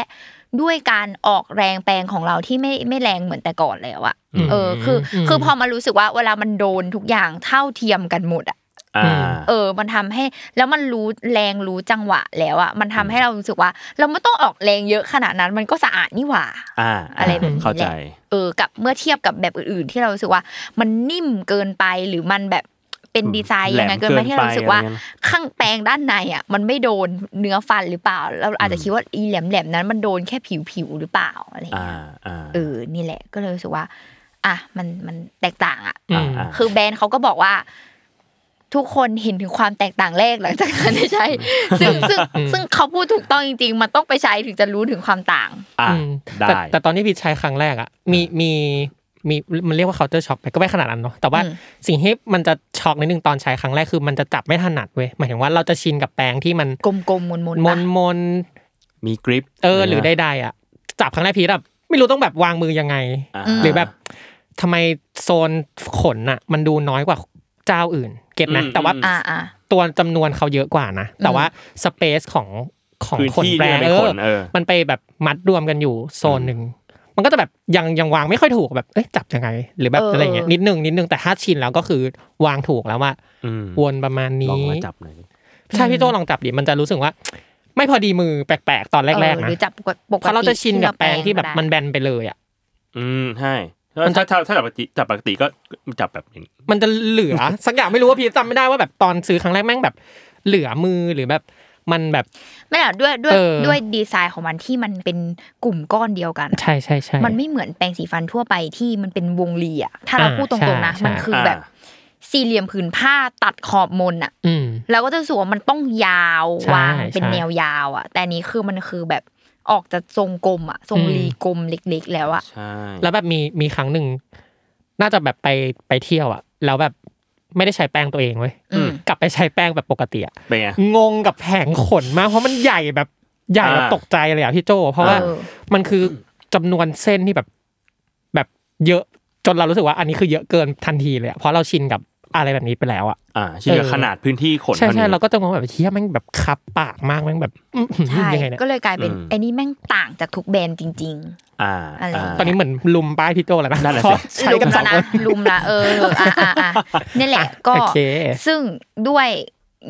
ด้วยการออกแรงแปลงของเราที่ไม่ไม่แรงเหมือนแต่ก่อนแล้วอะเออคืออคือพอมารู้สึกว่าเวลามันโดนทุกอย่างเท่าเทียมกันหมดอะ
อ่า
เออ มันทำให้แล้วมันรู้แรงรู้จังหวะแล้วอะมันทำให้เรารู้สึกว่า เราไม่ต้องออกแรงเยอะขนาดนั้นมันก็สะอาดนี่หว่า
อ่า
อะไรแบบนี้แหละ
เข้าใจ
เออกับเมื่อเทียบกับแบบอื่นๆ ที่เรารู้สึกว่า มันนิ่มเกินไปหรือมันแบบเป็นดีไซน์ยังไง
แหลม
เกินไป
เกิน
ที่เรารู้สึกว่า
ไปอะไรเงี้ย
ข้างแปลงด้านในอ่ะมันไม่โดนเนื้อฟันหรือเปล่า เราอาจจะ
อืม
คิดว่าอีแหลมๆนั้นมันโดนแค่ผิวๆหรือเปล่าอะไรอย่าง
อ่า
เงี้ย
อ่า
เออนี่แหละก็เลยรู้สึกว่า อ่ะมันมันแตกต่างอ่ะ
อืม
อ่า
คือแบรนด์เขาก็บอกว่า ทุกคนเห็นถึงความแตกต่างแรกหลังจากการ [laughs] ได้ใช้ ซึ่งซึ่ง
อืม
ซึ่งเขาพูดถูกต้องจริง ๆ มันต้องไปใช้ถึงจะรู้ถึงความต่าง
อ่ะ
อืม
ได้
แต่แต่ตอนที่พีชใช้ครั้งแรกอ่ะมีมีมีมันเรียกว่า counter shock ไปก็ไม่ขนาดนั้นเนาะแต่ว่า
อืม
สิ่งที่มันจะช็อกนิดนึงตอนใช้ครั้งแรกคือมันจะจับไม่ถนัดเว้ยหมายถึงว่าเราจะชินกับแปรงที่มัน
กลมๆมนๆ
ม
ปะ
นมน
มีกริป
ๆเออหรือใดๆอ่ะ จับครั้งแรกพีชแบบไม่รู้ต้องแบบวางมือยังไง
า
หรือแบบทำไมโซนขนอ่ะ มันดูน้อยกว่าเจ้าอื่น เก็ตไหมแต่ว่า
อ่าอ่า
ตัวจำนวนเขาเยอะกว่านะ แต่ว่าสเปซของของ
พื้น
คน
ที่
แบร
ที่
น
มันเป็
ด์
นข
เออน
เออ
มันไปแบบมัดรวมกันอยู่โซนหนึ่ง มันก็จะแบบยังยังวางไม่ค่อยถูกแบบเอ้ยจับยังไง หรือแบบ
เอออ
อะไรเงี้ยนิดนึงนิดนึงแต่ถ้าชินแล้วก็คือวางถูกแล้วว่า
อืม
วนประมาณ
ลอง
นี้
มาจับหน่อยดิ
ใช่พี่โจลองจับดิมันจะรู้สึกว่า ไม่พอดีมือแปลกๆ ตอนแรก
เออ
ๆ
ห
นะ
รือจับปกติปกติ
เพราะเราจะชินกับแปรงที่แบบ
ได้
มันแบนไปเลยอ่ะ
อืมใช่
มันจะ
ถ้าถ้าถ้าจับปกติจับปกติก็จับแบบอย่างนี้
มันจะเหลือ สักอย่างไม่รู้ว่าพี่จำไม่ได้ว่าแบบตอนซื้อครั้งแรกแม่งแบบ เหลือมือหรือแบบมันแบบ
ไม่หรอกด้วยด้วย
เออ
ด้วยดีไซน์ของมันที่มันเป็นกลุ่มก้อนเดียวกัน
ใช่ใช่ใช่
มันไม่เหมือนแปรงสีฟันทั่วไปที่มันเป็นวงรีอะถ้าเรา
อ่า
พูดตรงๆนะ
ใช่
มันคือแบบ
อ่า
สี่เหลี่ยมผืนผ้าตัดขอบมนอะ
อืม
เราก็จะรู้สึกว่ามันต้องยาว
ใช่
วางเป็น
ใช่
แนวยาวอะแต่อันนี้คือมันคือแบบออกจากทรงกลมอะทรง
อืม
รีกลมเล็กๆ แล้วอะ
ใช่
แล้วแบบมีมีครั้งหนึ่งน่าจะแบบไปไปเที่ยวอ่ะ แล้วแบบไม่ได้ใช้แป้งตัวเองเว้ย
อืม
กลับไปใช้แป้งแบบปกติอะ
เป็นไง
งงกับแผงขนมากเพราะมันใหญ่แบบใหญ่แบบ
อ่า
ตกใจเลยอ่ะพี่โจ เพราะว่า
เออ
มันคือจำนวนเส้นที่แบบแบบเยอะจนเรารู้สึกว่าอันนี้คือเยอะเกินทันทีเลยอะเพราะเราชินกับอะไรแบบนี้ไปแล้วอ่ะ
อ่าชื่อ
เออ
ขนาดพื้นที่ขน
ใช่
เท่า
ใช่
นี้
เราก็จะมองแบบเฮียแม่งแบบคับปากมากแม่งแบบอื้อหือ
ใช่
ยังไงเนี่ย
ก็เลยกลายเป็น
อืม
ไอ้นี่แม่งต่างจากทุกแบรนด์จริง
อ่า
อะไร
า
ตอนนี้เหมือนลุมป้ายพี่โจแล้วนะ
นั่นแหละ
เพ
สิ
ราะ
ๆ
ใช้
ลุม
กันส
แล้
อ
ว
งค
นะ
น
ลุมละเอออ่ะอ่ะอ่ะนี่แหละก็
โอเค
ซึ่งด้วย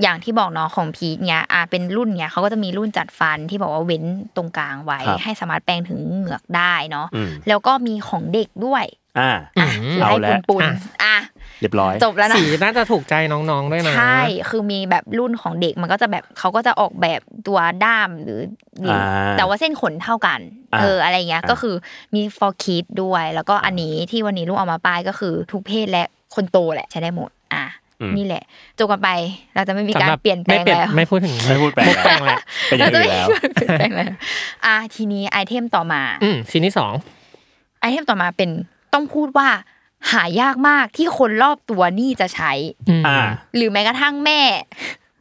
อย่างที่บอกเนาะของพีทเนี้ยอ่าเป็นรุ่นเนี้ยเขาก็จะมีรุ่นจัดฟันที่บอกว่าเว้นตรงกลางไว้
ครับ
ให้สามารถแปลงถึงเหงือกได้เนาะ
อืม
แล้วก็มีของเด็กด้วย
อ่า
อ่ะ
อืม
คือให้
เอาแล้
คุณ
ว
ปุนอ่ะ
เรียบร้อย
จบแล้วนะ
สีน่าจะถูกใจน้องๆด้วยนะ
ใช่คือมีแบบรุ่นของเด็กมันก็จะแบบเขาก็จะออกแบบตัวด้ามหรือหรืออาแต่ว่าเส้นขนเท่ากัน
อ่า
เอออะไรเงี้ย
อ่า
ก็คือมี for kids ด้วย แล้วก็อันนี้ที่วันนี้ลูกเอามาป้ายก็คือทุกเพศและคนโตแหละใช้ได้หมดอ่ะ
อืม
นี่แหละจบกันไปเราจะไม่มี
สำห
การเปลี่ยนแปลง
ไม่เปลี่ยน
แล้ว
ไม่พูดถึง
ไม่พูดแปลง
มุกแปลงแล้ว
เป็นอย่างอื่นแล้ว
เปลี่ยนแปลงแล้วอ่ะทีนี้ไอเทมต่อมา
อืมชิ้นที่สอง
ไอเทมต่อมาเป็นต้องพูดว่าหายากมากที่คนรอบตัวนี่จะใช้
ม
อ่า
หรือแม้กระทั่งแม่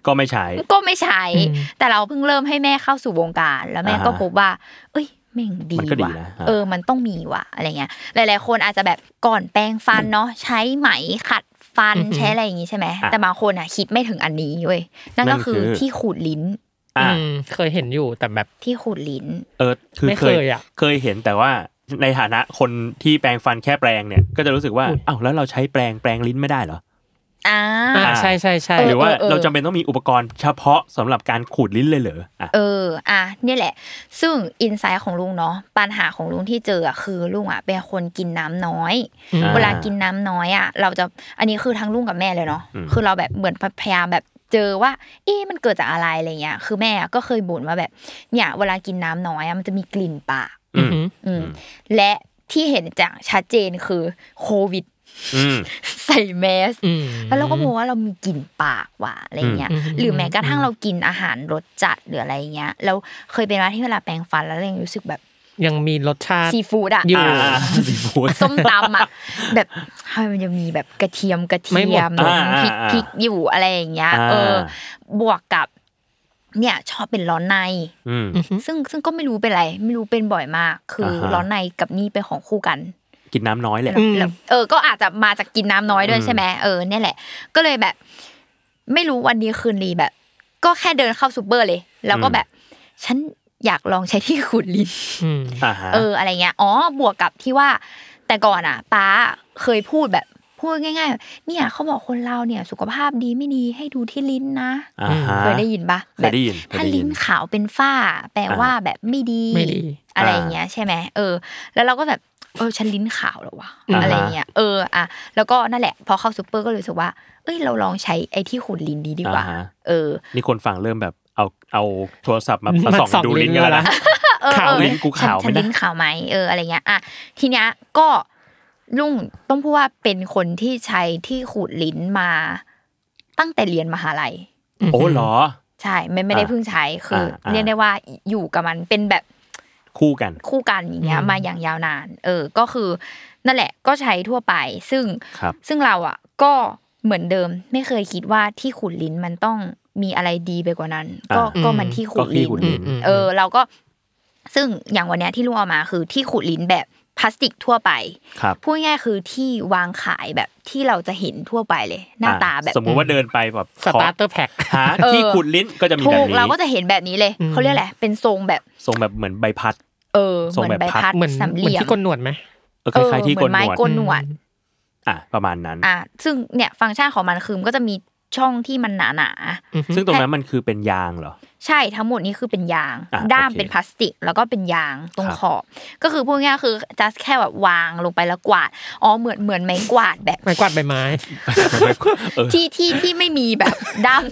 ก็ไม่ใช้
ก็ไม่ใช้
อืม
แต่เราเพิ่งเริ่มให้แม่เข้าสู่วงการ แล้วแม่
อ่าฮะ
ก็พบว่า เอ้ยแม่งดี
มันก็ดี
ว่ะ
นะอ่า
เออมันต้องมีว่ะอะไรเงี้ยหลายๆ คนอาจจะแบบก่อนแปรงฟันเนาะใช้ไหมขัดฟันใช้อะไรอย่างงี้ใช่ไหมแต่บางคนอ่ะคิดไม่ถึงอันนี้เว้ยนั่นก็คือที่ขูดลิ้น
อ่า
อืมเคยเห็นอยู่แต่แบบ
ที่ขูดลิ้น
เออคือ
ไม่
เค
เค
ย
ยอะ
เคยเห็นแต่ว่าในฐานะคนที่แปลงฟันแค่แปลงเนี่ย ก็จะรู้สึกว่า
อุ๊ย
อ้าวแล้วเราใช้แปลงแปลงลิ้นไม่ได้เหรอ
อ่า
อ่าใช่ใช่ใช่
เออ
หรือว่าเราจำเป็นต้องมีอุปกรณ์เฉพาะสำหรับการขูดลิ้นเลยเหรออ่ะ
เออ อ่ะเนี่ยแหละ ซึ่งอินไซต์ของลุงเนาะ ปัญหาของลุงที่เจออ่ะคือลุงอ่ะเป็นคนกินน้ำน้อย
อืม
อ่า
เวลากินน้ำน้อยอ่ะ เราจะ อันนี้คือทั้งลุงกับแม่เลยเนาะ
อืม
คือเราแบบเหมือนพยายามแบบเจอว่า เอ๊ะมันเกิดจากอะไรอะไรเงี้ย คือแม่อ่ะก็เคยบ่นว่าแบบ เนี่ย เวลากินน้ำน้อยอ่ะมันจะมีกลิ่นปาก
อืม
อืม และที่เห็นจากชัดเจนคือโควิด [laughs]
อืม
ใส่แมส
อืม
แล้วเราก็บอกว่าเรามีกลิ่นปากว่ะอะไรเงี้ย
อืม
หรือแม้กระทั่ง
อืม
เรากินอาหารรสจัดหรืออะไรเงี้ย แล้วเคยเป็นว่าที่เวลาแปรงฟันแล้วเรายังรู้สึกแบบ
ยังมีรสชาติ
ซีฟู้ดอะ
อยู่
อ่าซีฟู้ด
ส้มตำอะแบบทำไมมันจะมีแบบกระเทียมกระเที
ไม่หม
ย
ด
ม
อ่า
พริก
อ่า
พริกอยู่อะไรอย่างเงี้ย
อ่า
เออ บวกกับเนี่ยชอบเป็นร้อนใน
อืม
ซึ่งซึ่งก็ไม่รู้เป็นไร ไม่รู้เป็นบ่อยมาก คืออา
ฮะ
ร้อนในกับนี่เป็นของคู่กัน
กินน้ำน้อยแหละ
อืม
แล้วเออ ก็อาจจะมาจากกินน้ำน้อยด้วย
อืม
ใช่ไหมเออเนี่ยแหละ ก็เลยแบบ ไม่รู้วันนี้คืนดีแบบ ก็แค่เดินเข้าซูเปอร์เลย แล้วก็แบบ ฉันอยากลองใช้ที่ขูดลิ้น
อืม
อ่าฮะ
เออ อะไรเงี้ย อ๋อ บวกกับที่ว่า แต่ก่อนอ่ะ ป้าเคยพูดแบบ พูดง่ายๆแบบเนี่ย เขาบอกคนเราเนี่ย สุขภาพดีไม่ดีให้ดูที่ลิ้นนะ
อ่าฮะ
เคยได้ยินปะ
เคยได้ยิน
แบบ
เคย
ถ้า
ได้ยิน
ลิ้นขาวเป็นฝ้า แปลว่าแบบไม่ดี
ไม่ดี
อะไรอย่างเงี้ยใช่ไหมเออ แล้วเราก็แบบเออฉันลิ้นขาวเหรอวะ
อ่าฮะ
อะไรอย่างเงี้ยเอออ่ะแล้วก็นั่นแหละพอเข้าซูเปอร์ก็เลยรู้สึกว่า เอ้ยเราลองใช้ไอ้ที่ขูดลิ้นดีดีกว่า
อ่าฮะ
เออ
นี่คนฟังเริ่มแบบเอาเอาโทรศัพท์มามา
มา
ส่อง
ส่อง
ดูลิ้น
ลิ้น
กันแล้ว
แล้ว
นะ
นะ
เออ
ขาว
เออ
ลิ้นกูขาว
ฉัน
ไหมนะ
ลิ้นขาวไหมเอออะไรเงี้ยอ่ะทีเนี้ยก็ ลุงต้องพูดว่าเป็นคนที่ใช้ที่ขูดลิ้นมาตั้งแต่เรียนมหาลัย
โอ้เหรอ
ใช่ไม่ไม่ได้
อ่า
เพิ่งใช้คืออา เรียกได้ว่าอยู่กับมันเป็นแบบ
คู่กัน
คู่กันอย่างเงี้ย
อืม
มาอย่างยาวนาน เออ ก็คือ นั่นแหละก็ใช้ทั่วไป ซึ่ง
ครับ
ซึ่งเราอ่ะ ก็เหมือนเดิม ไม่เคยคิดว่าที่ขูดลิ้นมันต้องมีอะไรดีไปกว่านั้น ก็
อ่า
ก็มันที่ขู
ก็
ด
ขี้
ลิ้น
หุ่นลิ้น
อืม
เออเราก็ซึ่งอย่างวันเนี้ยที่ลุงเอามาคือที่ขูดลิ้นแบบพลาสติกทั่วไป
ครับ
พูดง่ายๆคือที่วางขายแบบที่เราจะเห็นทั่วไปเลย หน้า
อ่ะ
ตาแบบ
สมมุติว่าเดินไปแบบ
สตาร์เตอร์แพ็ค
หา
เออ
ที่ขุดลิ้นก็จะมี
ถู
แบ
ก
บนี้
เราก็จะเห็นแบบนี้เลย
อืม
เขาเรียกอะไรเป็นทรงแบบ
ทรงแบบเหมือนใบพัด
เออ
ทรง
เหมือน
แบบ
ใบ
พัด
พัด
เหมือน
สามเห
เหมือน
ลี่ยม
ที่กลนหนวดไหม
เออคล้ายๆที่
เห
ก
มื
ล
น
หน
ไม้
วด
กลหนวด
อ่ะประมาณนั้น
อ่ะซึ่งเนี่ยฟังก์ชันของมันคือมันก็จะมีช่องที่มันหนาๆ
อืม
ซึ่งตรงนั้นมันคือเป็นยางเหรอ
ใช่ทั้งหมดนี้คือเป็นยาง
อ่ะ
ด้าม
โอเค
เป็นพลาสติก แล้วก็เป็นยางตรง
ครับ
ขอบก็คือพูดง่ายๆคือจะแค่แบบวางลงไปแล้วกวาดอ๋อเหมือนเหมือนไม้กวาดแบบ
ไม้กวาดใบไม้
[laughs] เออ
ที่ที่ที่ไม่มีแบบด้าม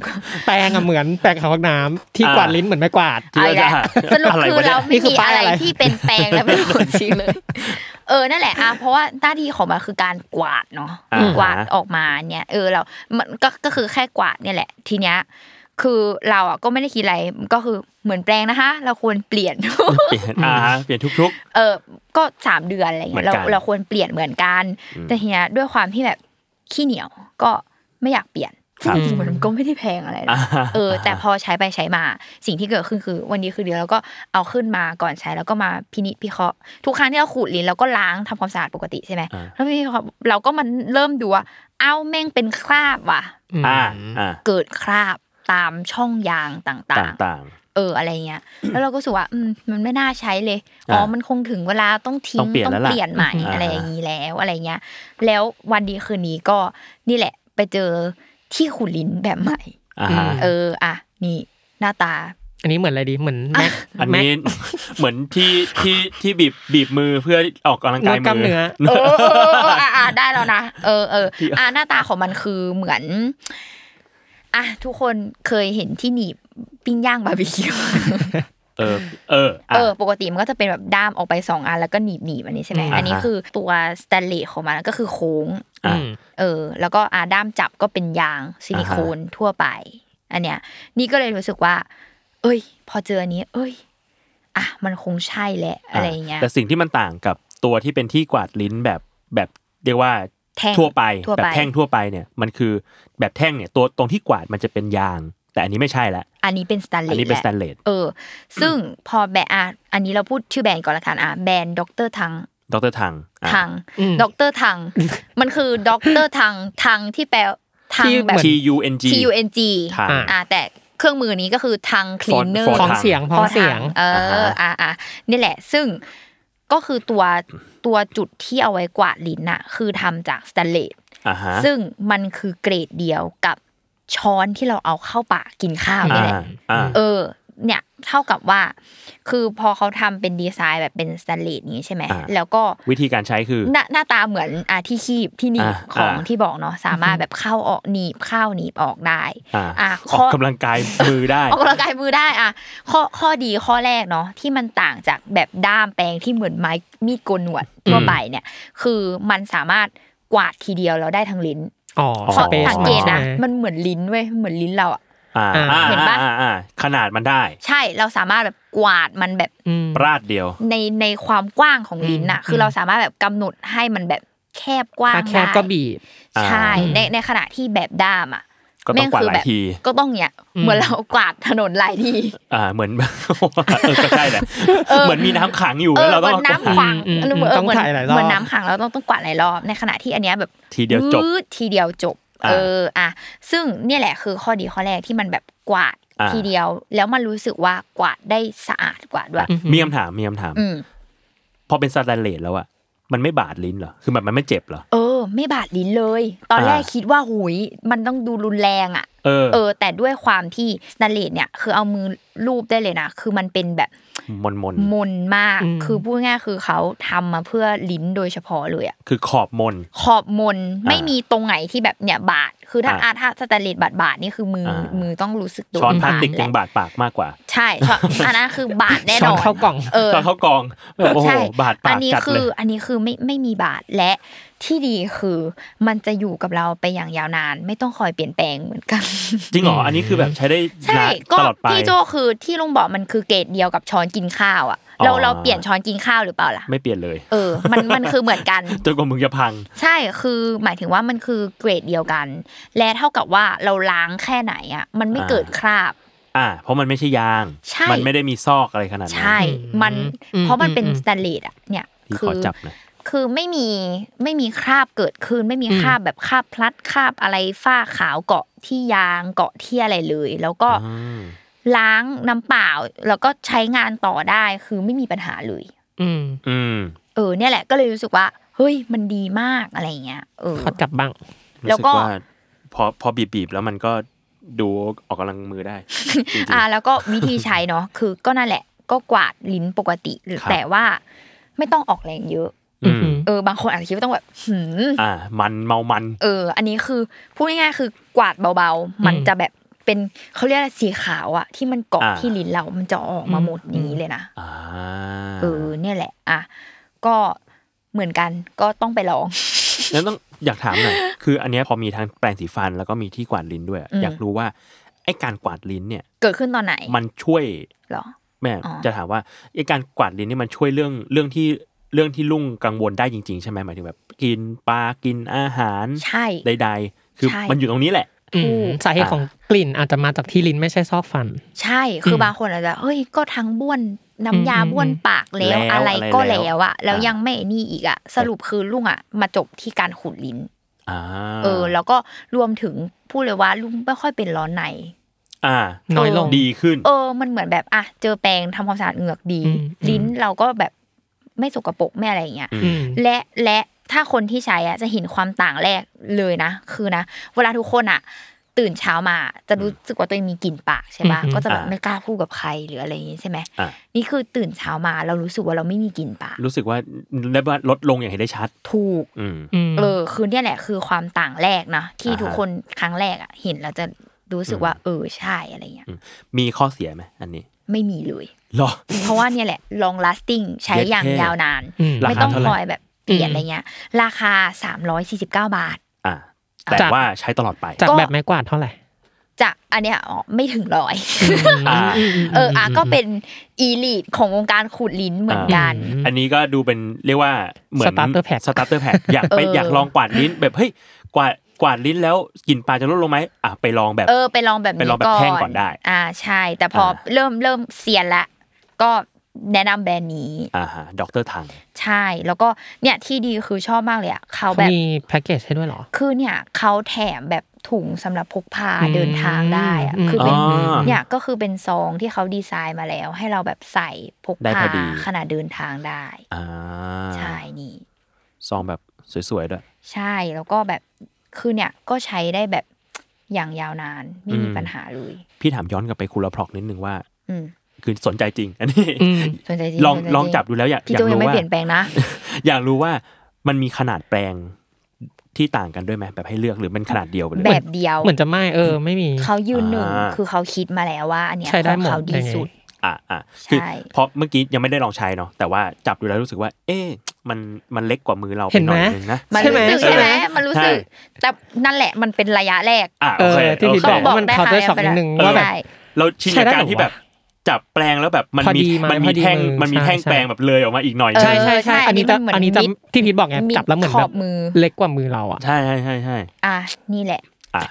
แปรงอะเหมือนแปรงขังห้องน้ำที่
อ่า
กวาดลิ้นเหมือนไม้กวาด
ที่ว่าจะหา
สรุป
อะไร
คือ
วะเนี่ย
เรา
นี่
ไม่
คือ
มี
ป้าย
อะไร
อะไร
ที่เป็นแปล
[laughs]
งและเป็นขนจริงเลย เออนั่นแหละอ่ะเพราะว่าหน้าที่ของมันคือการกวาดเนาะ
อ่าฮะ
กวาดออกมาเนี่ยเออเรา มันก็ก็คือแค่กวาดเนี่ยแหละ ทีเนี้ยคือเราอ่ะก็ไม่ได้คิดอะไรก็คือเหมือนแปลงนะคะ เราควรเปลี่ยน [laughs]
เปลี่ยนอ่าเปลี่ยนทุก
เออก็สามเดือนอะไร
เหมื
เงี้
อย นกั
เรา
น
เราควรเปลี่ยนเหมือนกัน
อืม
แต่ทีเนี้ยด้วยความที่แบบขี้เหนียวก็ไม่อยากเปลี่ยน
ครับ
จริงๆมันก็ไม่ได้แพงอะไร
ๆอ่า
นะ เออแต่พอใช้ไปใช้มาสิ่งที่เกิดขึ้นคือ วันนี้คือเดียวเราก็เอาขึ้นมาก่อนใช้แล้วก็มาพินิจพิเคราะห์ทุกครั้งที่เราขูดลิ้นเราก็ล้างทำความสะอาดปกติใช่ไหม
อ่า
แล้วพี่เขาเราก็มันเริ่มดูว่าเอ้าแม่งเป็นคราบว่ะ
อ่าอ่า
เกิดคราบตามช่องยางต่าง
ต่าง
ๆ เอออะไรเงี้ย แล้วเราก็รู้สึกว่าอืมมันไม่น่าใช้เลยอ๋อ
อ่า
มันคงถึงเวลาต้องทิ้
ต้องเปลี่ยน
ต้อง
แล้วล่ะ
เปลี่ยนใหม่
อืม
อะไรอย่างนี้แล้วอะไรเงี้ย แล้ววันดีคืนนี้ก็นี่แหละไปเจอที่ขูดลิ้นแบบใหม่
ๆอ่าฮะ
อืม
เอออ่ะนี่หน้าตา
อันนี้เหมือนอะไรดีเหมือนแม็ก
อันนี้ [laughs] เหมือนที่ที่ที่บีบบีบมือเพื่อออกกำลัง
น
กา
วย ดกล้าม
มื
เนื้อ
อ
เออ
[laughs]
เออเอออ่ะอ่ะได้แล้วนะเออเอออ่ะหน้าตาของมันคือเหมือนอ่ะทุกคนเคยเห็นที่หนีบปิ้งย่างบาร์บี
[laughs]
คิว
เออ เอออ่ะ
เออปกติมันก็จะเป็นแบบด้ามออกไปสองอันแล้วก็หนีบหนีบอันนี้ใช่ไหม
อืม
อันนี้
อ่าฮะ
คือตัวสแตนเลสของมันก็คือโค้ง
อ่ะ
อืม
เออ แล้วก็อาด้ามจับก็เป็นยางซิลิโคนทั่วไป อันเนี้ย นี่ก็เลยรู้สึกว่า เอ้ย พอเจออันนี้ เอ้ย อ่ะมันคงใช่แหละอะไรอย่างเงี้ย
แต่สิ่งที่มันต่างกับตัวที่เป็นที่กวาดลิ้นแบบแบบเรียกว่า
แท่ง
ทั่วไป
ทั่วไป
แบบแท่งทั่วไปเนี่ยมันคือแบบแท่งเนี่ยตัวตรงที่กวาดมันจะเป็นยาง แต่อันนี้ไม่ใช่ละ
อันนี้เป็นสแตนเลส
อันนี้เป็น
แห
ส
ละ
แตนเลส
เออ ซึ่งพอแบรนด์อ่ะอันนี้เราพูดชื่อแบรนด์ก่อนละกันอ่ะแบรนด์ดรทัง
ดรทังอ่ะ
ทัง
อืม
ดรทัง มันคือดรทังทังที่แปลทังแบบ
ที่
T U N G
T U N G
ทัง
อ่ะ
อ่ะแต่เครื่องมือนี้ก็คือทังคลีนเนอร์
ฟ
ของเสียงของเสียง
เอ
อ่า
อ
ฮะ
อ่ะอ่ะนี่แหละ ซึ่งก็คือตัวตัวจุดที่เอาไว้กวาดลิ้นน่ะ คือทำจากสแตนเลส
อ่าฮะ
ซึ่งมันคือเกรดเดียวกับช้อนที่เราเอาเข้าปากกินข้าว
อ่า
นี่แหละ
อ่า
เออ เนี่ยเท่ากับว่า คือพอเขาทำเป็นดีไซน์แบบเป็นสแตนเลสอย่างนี้ใช่ไหม
อ่า
แล้วก็
วิธีการใช้คือ
หน้าหน้าตาเหมือนอาที่คีบที่หนีบ
อ่า
ของ
อ่า
ที่บอกเนาะ สามารถแบบเข้าออกหนีบเข้าหนีบออกได้
อ่า
อ่ะ
อ
ข้
อก
อ
กำลังกายมือได้
ออกกำลังกายมือได้อะข้อข้อดีข้อแรกเนาะที่มันต่างจากแบบด้ามแปรงที่เหมือนไม้มีดโกนหนวดทั่วไปเนี่ย คือมันสามารถกวาดทีเดียวเราได้ทั้งลิ้น
อ๋อ
อ๋อ
สเปซ
สังเกตนะ
ใช่ไหม
มันเหมือนลิ้นเว้ยเหมือนลิ้นเราอะ
อ่า
อ่า
อ่า
เห็นปะ
อ่าอ่าขนาดมันได้
ใช่เราสามารถแบบกวาดมันแบบ
อืม
ปราดเดียว
ในในความกว้างของลิ้นอะ
อืม
คือเราสามารถแบบกำหนดให้มันแบบแคบกว้าง
ถ้าแคบ
ได้
ก็บีบ
ใช่
อ่า
ในในขณะที่แบบด้ามอะ
ก็ต้องกวาดหลายที
ก็ต้องเนี่ยเหมือนเรากวาดถนนหลายที
อ่าเหมือน [laughs] เออก็ใช่แหละ
เออ
เหมือนมีน้ำขังอยู่แล้วเราต้อง
หมืนน้ำ
ก
ข
วาด
วาง
อืมอืม
เเหมืน
ต้องถ่ายหลายรอบ
เหมือนน้ำขังเราต้องต้องกวาดหลายรอบในขณะที่อันเนี้ยแบบ
ทีเดียวจบ
วืดทีเดียวจบ
อ่า
เอออ่ะซึ่งเนี่ยแหละคือข้อดีข้อแรกที่มันแบบกวาด
อ่า
ทีเดียว แล้วมันรู้สึกว่ากวาดได้สะอาดกว่าด้วย
มีคำถามมีคำถาม
อืม
พอเป็นสแตนเลสแล้วอะมันไม่บาดลิ้นเหรอ คือแบบมันไม่เจ็บเหรอ
เออ ไม่บาดลิ้นเลย ตอน
อ่า
แรกคิดว่าหุยมันต้องดูรุนแรงอ่ะ
เออ
เออ แต่ด้วยความที่นาเลดเนี่ย คือเอามือลูบได้เลยนะ คือมันเป็นแบบ
มนมน
มนมาก
อืม
คือพูดง่ายๆคือเขาทำมาเพื่อลิ้นโดยเฉพาะเลยอะ
คือขอบมน
ขอบมนไม่มีตรงไหนที่แบบเนี่ยบาด คือถ้าอา
อ่ะ
ถ้าสแตนเลสบาดบาดนี่คือมืออา มือต้องรู้สึกโดน
ช้อนพลาสติก
บดแห
ยัง
ละ
บาดปากมากกว่า
ใช่ช้อนอันนั้นคือบาดแน่นอน
ช้อนเข้ากล่อง
เออ
ช้อนเข้ากองแบบโอ้โห
ใช่
บาดปา
อั
ก
นี้
จัด
คื
เล
อย อันนี้คือไม่ไม่มีบาดและที่ดีคือ มันจะอยู่กับเราไปอย่างยาวนาน ไม่ต้องคอยเปลี่ยนแปลงเหมือนกัน
จริงเหรออันนี้คือแบบใช้ได้
ใช่
นาน
ก็
ตลอดไป
พี่โจคือที่ลุงบอกมันคือเกรดเดียวกับช้อนกินข้าวอ่ะ เรา
อ๋อ
เราเปลี่ยนช้อนกินข้าวหรือเปล่าล่ะ
ไม่เปลี่ยนเลย
เออ [laughs] มันมันคือเหมือนกัน
[laughs] จนกว่ามึงจะพัง
ใช่ คือหมายถึงว่ามันคือเกรดเดียวกัน และเท่ากับว่าเราล้างแค่ไหนอ่ะ มันไม่
อ่า
เกิดคราบ
อ่า เพราะมันไม่ใช่ยาง
ใช่
มันไม่ได้มีซอกอะไรขนาดนั้น
ใช่ มัน
อืม
เพราะมันเป็น
อืม
สแตนเลสอ่ะ เนี่ย
พี่
คื
ขอ
อ
จับหนะ
คือไม่มี ไม่มีคราบเกิดขึ้น ไม่มีคราบแบบคราบพลัด คราบอะไรฝ้าขาวเกาะที่ยาง เกาะที่อะไรเลย แล้วก็
อ่า
ล้างน้ำเปล่า แล้วก็ใช้งานต่อได้ คือไม่มีปัญหาเลย
อืม
อืม
เออ เนี่ยแหละ ก็เลยรู้สึกว่า เฮ้ย มันดีมากอะไรอย่างเงี้ย เออ
ขอกลับบ้าง
รู้
แล้ว
สึ
ก็
ว่าพอพอบีบๆแล้วมันก็ดูออกกำลังมือ
[laughs]
ได้จริงๆ
อ่าแล้วก็วิธีใช้เนาะ [laughs] คือก็นั่นแหละก็กวาดลิ้นปกติหรือ
ครับ
แต่ว่าไม่ต้องออกแรงเยอะ
อืม
เออบางคนอาจจะคิดว่าต้องแบบหืม
อ่า มันเมามัน
เออ อันนี้คือพูดง่ายๆคือกวาดเบาๆ มัน
อืม
จะแบบเป็นเขาเรียกอะไรสีขาวอะที่มันเกาะ
อ่า
ที่ลิ้นเรา มันจะออกมาหมดอย่างนี้เลยนะ
อ่า
เออเนี่ยแหละอ่ะก็เหมือนกันก็ต้องไปลอง
แล้วต้องอยากถามหน่อย คืออันเนี้ยพอมีทั้งแปรงสีฟันแล้วก็มีที่กวาดลิ้นด้วย
อืม
อยากรู้ว่าไอ้การกวาดลิ้นเนี่ย
เกิดขึ้นตอนไหน
มันช่วย
เหรอ
แม่
อ๋อ
จะถามว่าไอ้การกวาดลิ้นนี่มันช่วยเรื่องเรื่องที่เรื่องที่ลุงกังวลได้จริงๆ ใช่ไหมหมายถึงแบบกินปลากินอาหาร
ใช่
ใดๆ คือ
ใช่
มันอยู่ตรงนี้แหละ
อืมสาเหตุของกลิ่นอาจจะมาจากที่ลิ้นไม่ใช่ซอกฟัน
ใช่ คืออ
ม
บางคนอาจจะ เฮ้ย ก็ทั้งบ้วนน้ำยา
อืม
บ้วนปากแล้ว
แล้ว
อะไร
อะไร
ก็
แล้ว
แล้วอะแล้ว
อ่ายั
ยังไม่นี่อีกอะสรุปคือลุงอะมาจบที่การขูดลิ้น
อ่า
เออ แล้วก็รวมถึงพูดเลยว่าลุงไม่ค่อยเป็นร้อนใน
อ่า
น้อยลง
ดีขึ้น
เออ มันเหมือนแบบอะเจอแปรงทำความสะอาดเหงือกดี
อืม
ลิ้นเราก็แบบไม่สกปรกไม่อะไรอย่างเงี้ย
อืม
อืม
และและถ้าคนที่ใช้อ่ะจะเห็นความต่างแรกเลยนะ คือนะ เวลาทุกคนอ่ะ ตื่นเช้ามาจะรู้สึกว่าตัวเองมีกลิ่นปากใช่ปะ
อืม
ก็จะแบบ
อ่า
ไม่กล้าพูดกับใครหรืออะไรอย่างงี้ใช่ไหม
อ่า
นี่คือตื่นเช้ามาเรารู้สึกว่าเราไม่มีกลิ่นปาก
รู้สึกว่าได้ว่าลดลงอย่างเห็นได้ชัด
ถูก
อืม
อืม
เออคือเนี่ยแหละคือความต่างแรกนะที่
อ่าฮะ
ทุกคนครั้งแรกอ่ะ เห็นแล้วจะรู้สึกว่า เออใช่อะไรเงี้ย
มีข้อเสียไหมอันนี้
ไม่มีเลย
หรอ
เพราะว่าเนี่ยแหละ long lasting ใช้อย่าง
เย็ดแค่
ยาวนาน
อืม
ไม่ต้อง
ราคา
ค
เท่าไหร่
อยแบบเปลี่ยนอะไรเงี้ย ราคา 349 บาท
อ่า แต่
จาก
ว่าใช้ตลอดไป
จาก
ก็
แบบไม้กวาดเท่าไหร่
จากอันเนี้ยอ๋อไม่ถึงร้อย
อ่า
เอออ่ะก็เป็นอีลีดของวงการขูดลิ้นเหมือนกัน
อืม
อันนี้ก็ดูเป็นเรียกว่าเหมือน
Starter pack
สตาร์เตอร์แพคอยากไป
เอออ
อยากลองกวาดลิ้นแบบเฮ้ยกวาดกวาดลิ้นแล้วกลิ่นปลาจะลดลงไหมอ่ะไปลองแบบ
เออไปลองแบบนี้
ไปลองแบบแท่งก่อนได้
อ่าใช่ แต่พออา เริ่มเริ่มเซียนละก็แนะนำแบรนด์นี้
อ่าฮะด็อกเตอร์ทัง
ใช่ แล้วก็เนี่ยที่ดีคือชอบมากเลยอ่ะเขาแบบ
มีแพ็กเกจให้ด้วยเหรอ
คือเนี่ยเขาแถมแบบถุงสำหรับพกพา
อืม
เดินทางได้อ่ะ
อืม
คือเป็น
อ๋อ
เนี่ยก็คือเป็นซองที่เขาดีไซน์มาแล้ว ให้เราแบบใส่พก
ได้
พา
พอดี
ขณะเดินทางได้
อ่า
ใช่นี่
ซองแบบสวยๆด้วย
ใช่แล้วก็แบบคือเนี่ยก็ใช้ได้แบบอย่างยาวนานไม่มี
อืม
ปัญหาเลย
พี่ถามย้อนกลับไปคูลาพล็อกนิดนึงว่า
อืม
คือสนใจจริง อันนี้
อืม
สนใจจริง
ลอง
สนใจริ
ลองจับดูแล้วอยาก
พี่
อยา
โจ
ก
ยัง
รู้
ไม่
ว่า
เปลี่ยนแปลงนะ
อยากรู้ว่ามันมีขนาดแปลงที่ต่างกันด้วยไหมแบบให้เลือกหรือมันขนาดเดียวไปเลย
แบบเดียว
เหมือนจะไม่เออ ไม่มี
เขายืนหนึ่ง
อ่า
คือเขาคิดมาแล้วว่า อันเนี้ย
ใช้ได้
ของ
หมด
เขาดี
ยังไง
สุด
อ่ะอ่ะคือ
ใช่
เพราะเมื่อกี้ยังไม่ได้ลองใช้เนาะแต่ว่าจับดูแล้วรู้สึกว่า เอ๊ะมันมันเล็กกว่ามือเราไป
เห็น
ห
ไห
น่อ
ม
ยนึงนะ
มัน
ใช่ไหม
รู้สึก
ใช่
ใช่
ไห
ไห
ม
มมันรู้สึก
ใช่
แต่นั่นแหละมันเป็นระยะแรก
อ่ะ
เอ
โอ
อ
เค
ที่พี่
โอเค
บอกว่ามัน
ได้
เขาจะ
ค่ะ
สอบนิดนึง
ไปแล้
ว่าแบบ
ใช่
เราชิน
ใช้
กับ
ได้
การที่
เหรอวะ
แบบจับแปลงแล้วแบบมัน
พอ
มี
ดีไหม
มัน
พ
มี
อดี
แท่ง
มือ
มันมี
ใช่
แท่ง
ใช่
แปลงแบบเลยออกมาอีกหน่อย
เออ
ใช่
ใช่ใช่
อั
อั
น
น
นี้
นี้จะ
มันเหมือน
อันนี้จะ
มิด
ที่พีทบอกไง
มิด
จับแล้วเหมือน
ข
แบ
อ
บบ
มือ
เล็กกว่ามือเราอ่ะ
ใช่ใช่ใช่ใช่
อ่ะนี่แหละ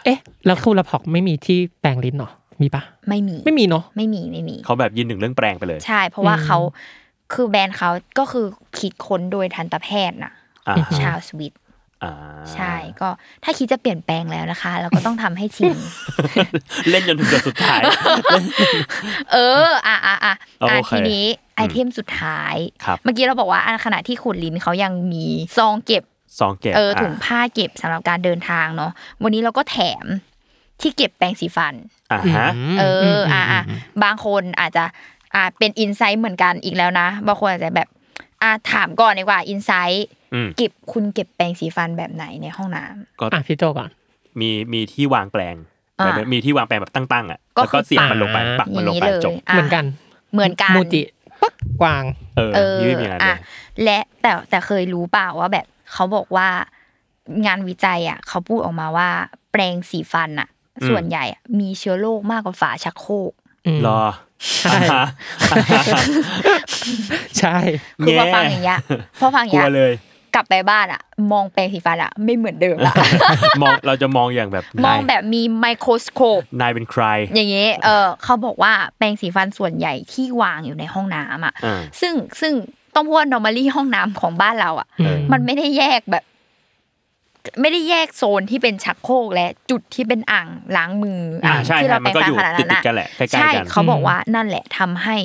เอ๊ะ แล้วคูลาพอกไม่มีที่แปรงลิ้นเหรอ มีปะ
ไม่มี
ไม่มีเนาะ
ไม่มีไม่มี
เขาแบบยืนหนึ่งเรื่องแปลงไปเลย
ใช่ เพราะว่า
อืม
เขาคือแบรนด์เขาก็คือคิดค้นโดยทันตแพทย์นะ
อ่าฮะ
ชาวสวิต
อ่า
ใช่ก็ถ้าคิดจะเปลี่ยนแปลงแล้วนะคะ เราก็ต้องทำให้ชิน
เล่นจนถึงจุดสุดท้าย
[laughs] เออ อ่ะอ่ะอ่ะ
โอ
อ่ะ
เค
ทีนี้ไอเทมสุดท้าย
ครับ
เมื่อกี้เราบอกว่าอันขณะที่ขูดลิ้นเขายังมีซองเก็บ
ซองแกะ
เออถุง
ะ
ผ้าเก็บสำหรับการเดินทางเนาะวันนี้เราก็แถม ที่เก็บแปรงสีฟัน
อ่าฮะ
ม
เออ
ม
อ่ะอ่ะ
ม
บางคนอาจจะอ่าเป็นอินไซต์เหมือนกันอีกแล้วนะ บางคนอาจจะแบบอ่าถามก่อนดีกว่าอินไซต์
อืม
เก็บคุณเก็บแปรงสีฟันแบบไหนในห้องน้ำ
ก็
อ่ะพี่โจก่อน
มีมีที่วางแปลง
อ่า
แบบมีที่วางแปลงแบบตั้งๆอ่ะ
ก็
แล้วก็
คือ
เสียบมันลงไป
อ่า
ปัก
อ
มันล
ย่าง
ง
นี้
ไป
เลย
จบ
ะ
เหมือนกัน
เหมือนกัน
มูจิปั๊กกวาง
เออ
เออ
นี่ไม่มีอะไรเล
อ่ะ
ย
และแต่แต่เคยรู้เปล่าว่าแบบเขาบอกว่างานวิจัยอ่ะเขาพูดออกมาว่า แปรงสีฟันอ่ะ ส่วนใหญ่อะมีเชื้อโรคมากกว่าฝาชักโครก
อืม
รอ
ใช่
อ่าฮะ
ใช่
คือพอฟังอย่าง
แ
เงี้ยพอฟังอย่าง
กลั
เงี้
วย เลย
กลับไปบ้านอ่ะ มองแปรงสีฟันอ่ะไม่เหมือนเดิมละ
มองเราจะมองอย่างแบบ
มอน
าง ย
แบบมีไมโครสโคป
นายเป็นใคร
อย่างเงี้ยเออเขาบอกว่าแปรงสีฟันส่วนใหญ่ที่วางอยู่ในห้องน้ำอ่ะ
อ่า
ซึ่งซึ่งต้องพูดว่า normally ห้องน้ำของบ้านเราอ่ะ
อืม
มันไม่ได้แยกแบบ ไม่ได้แยกโซนที่เป็นชักโครกและจุดที่เป็นอ่างล้างมืออ่า
อ่าใช่
ที่
ฮะ
เรา
มั
แปรง
น
ฟั
ก็อน ยู่
ขนาด
ติด
นั้น
ติด
น่ะ
กันแหละใกล้
ใช่
ๆกัน
เขาบอกว่านั่นแหละทำให้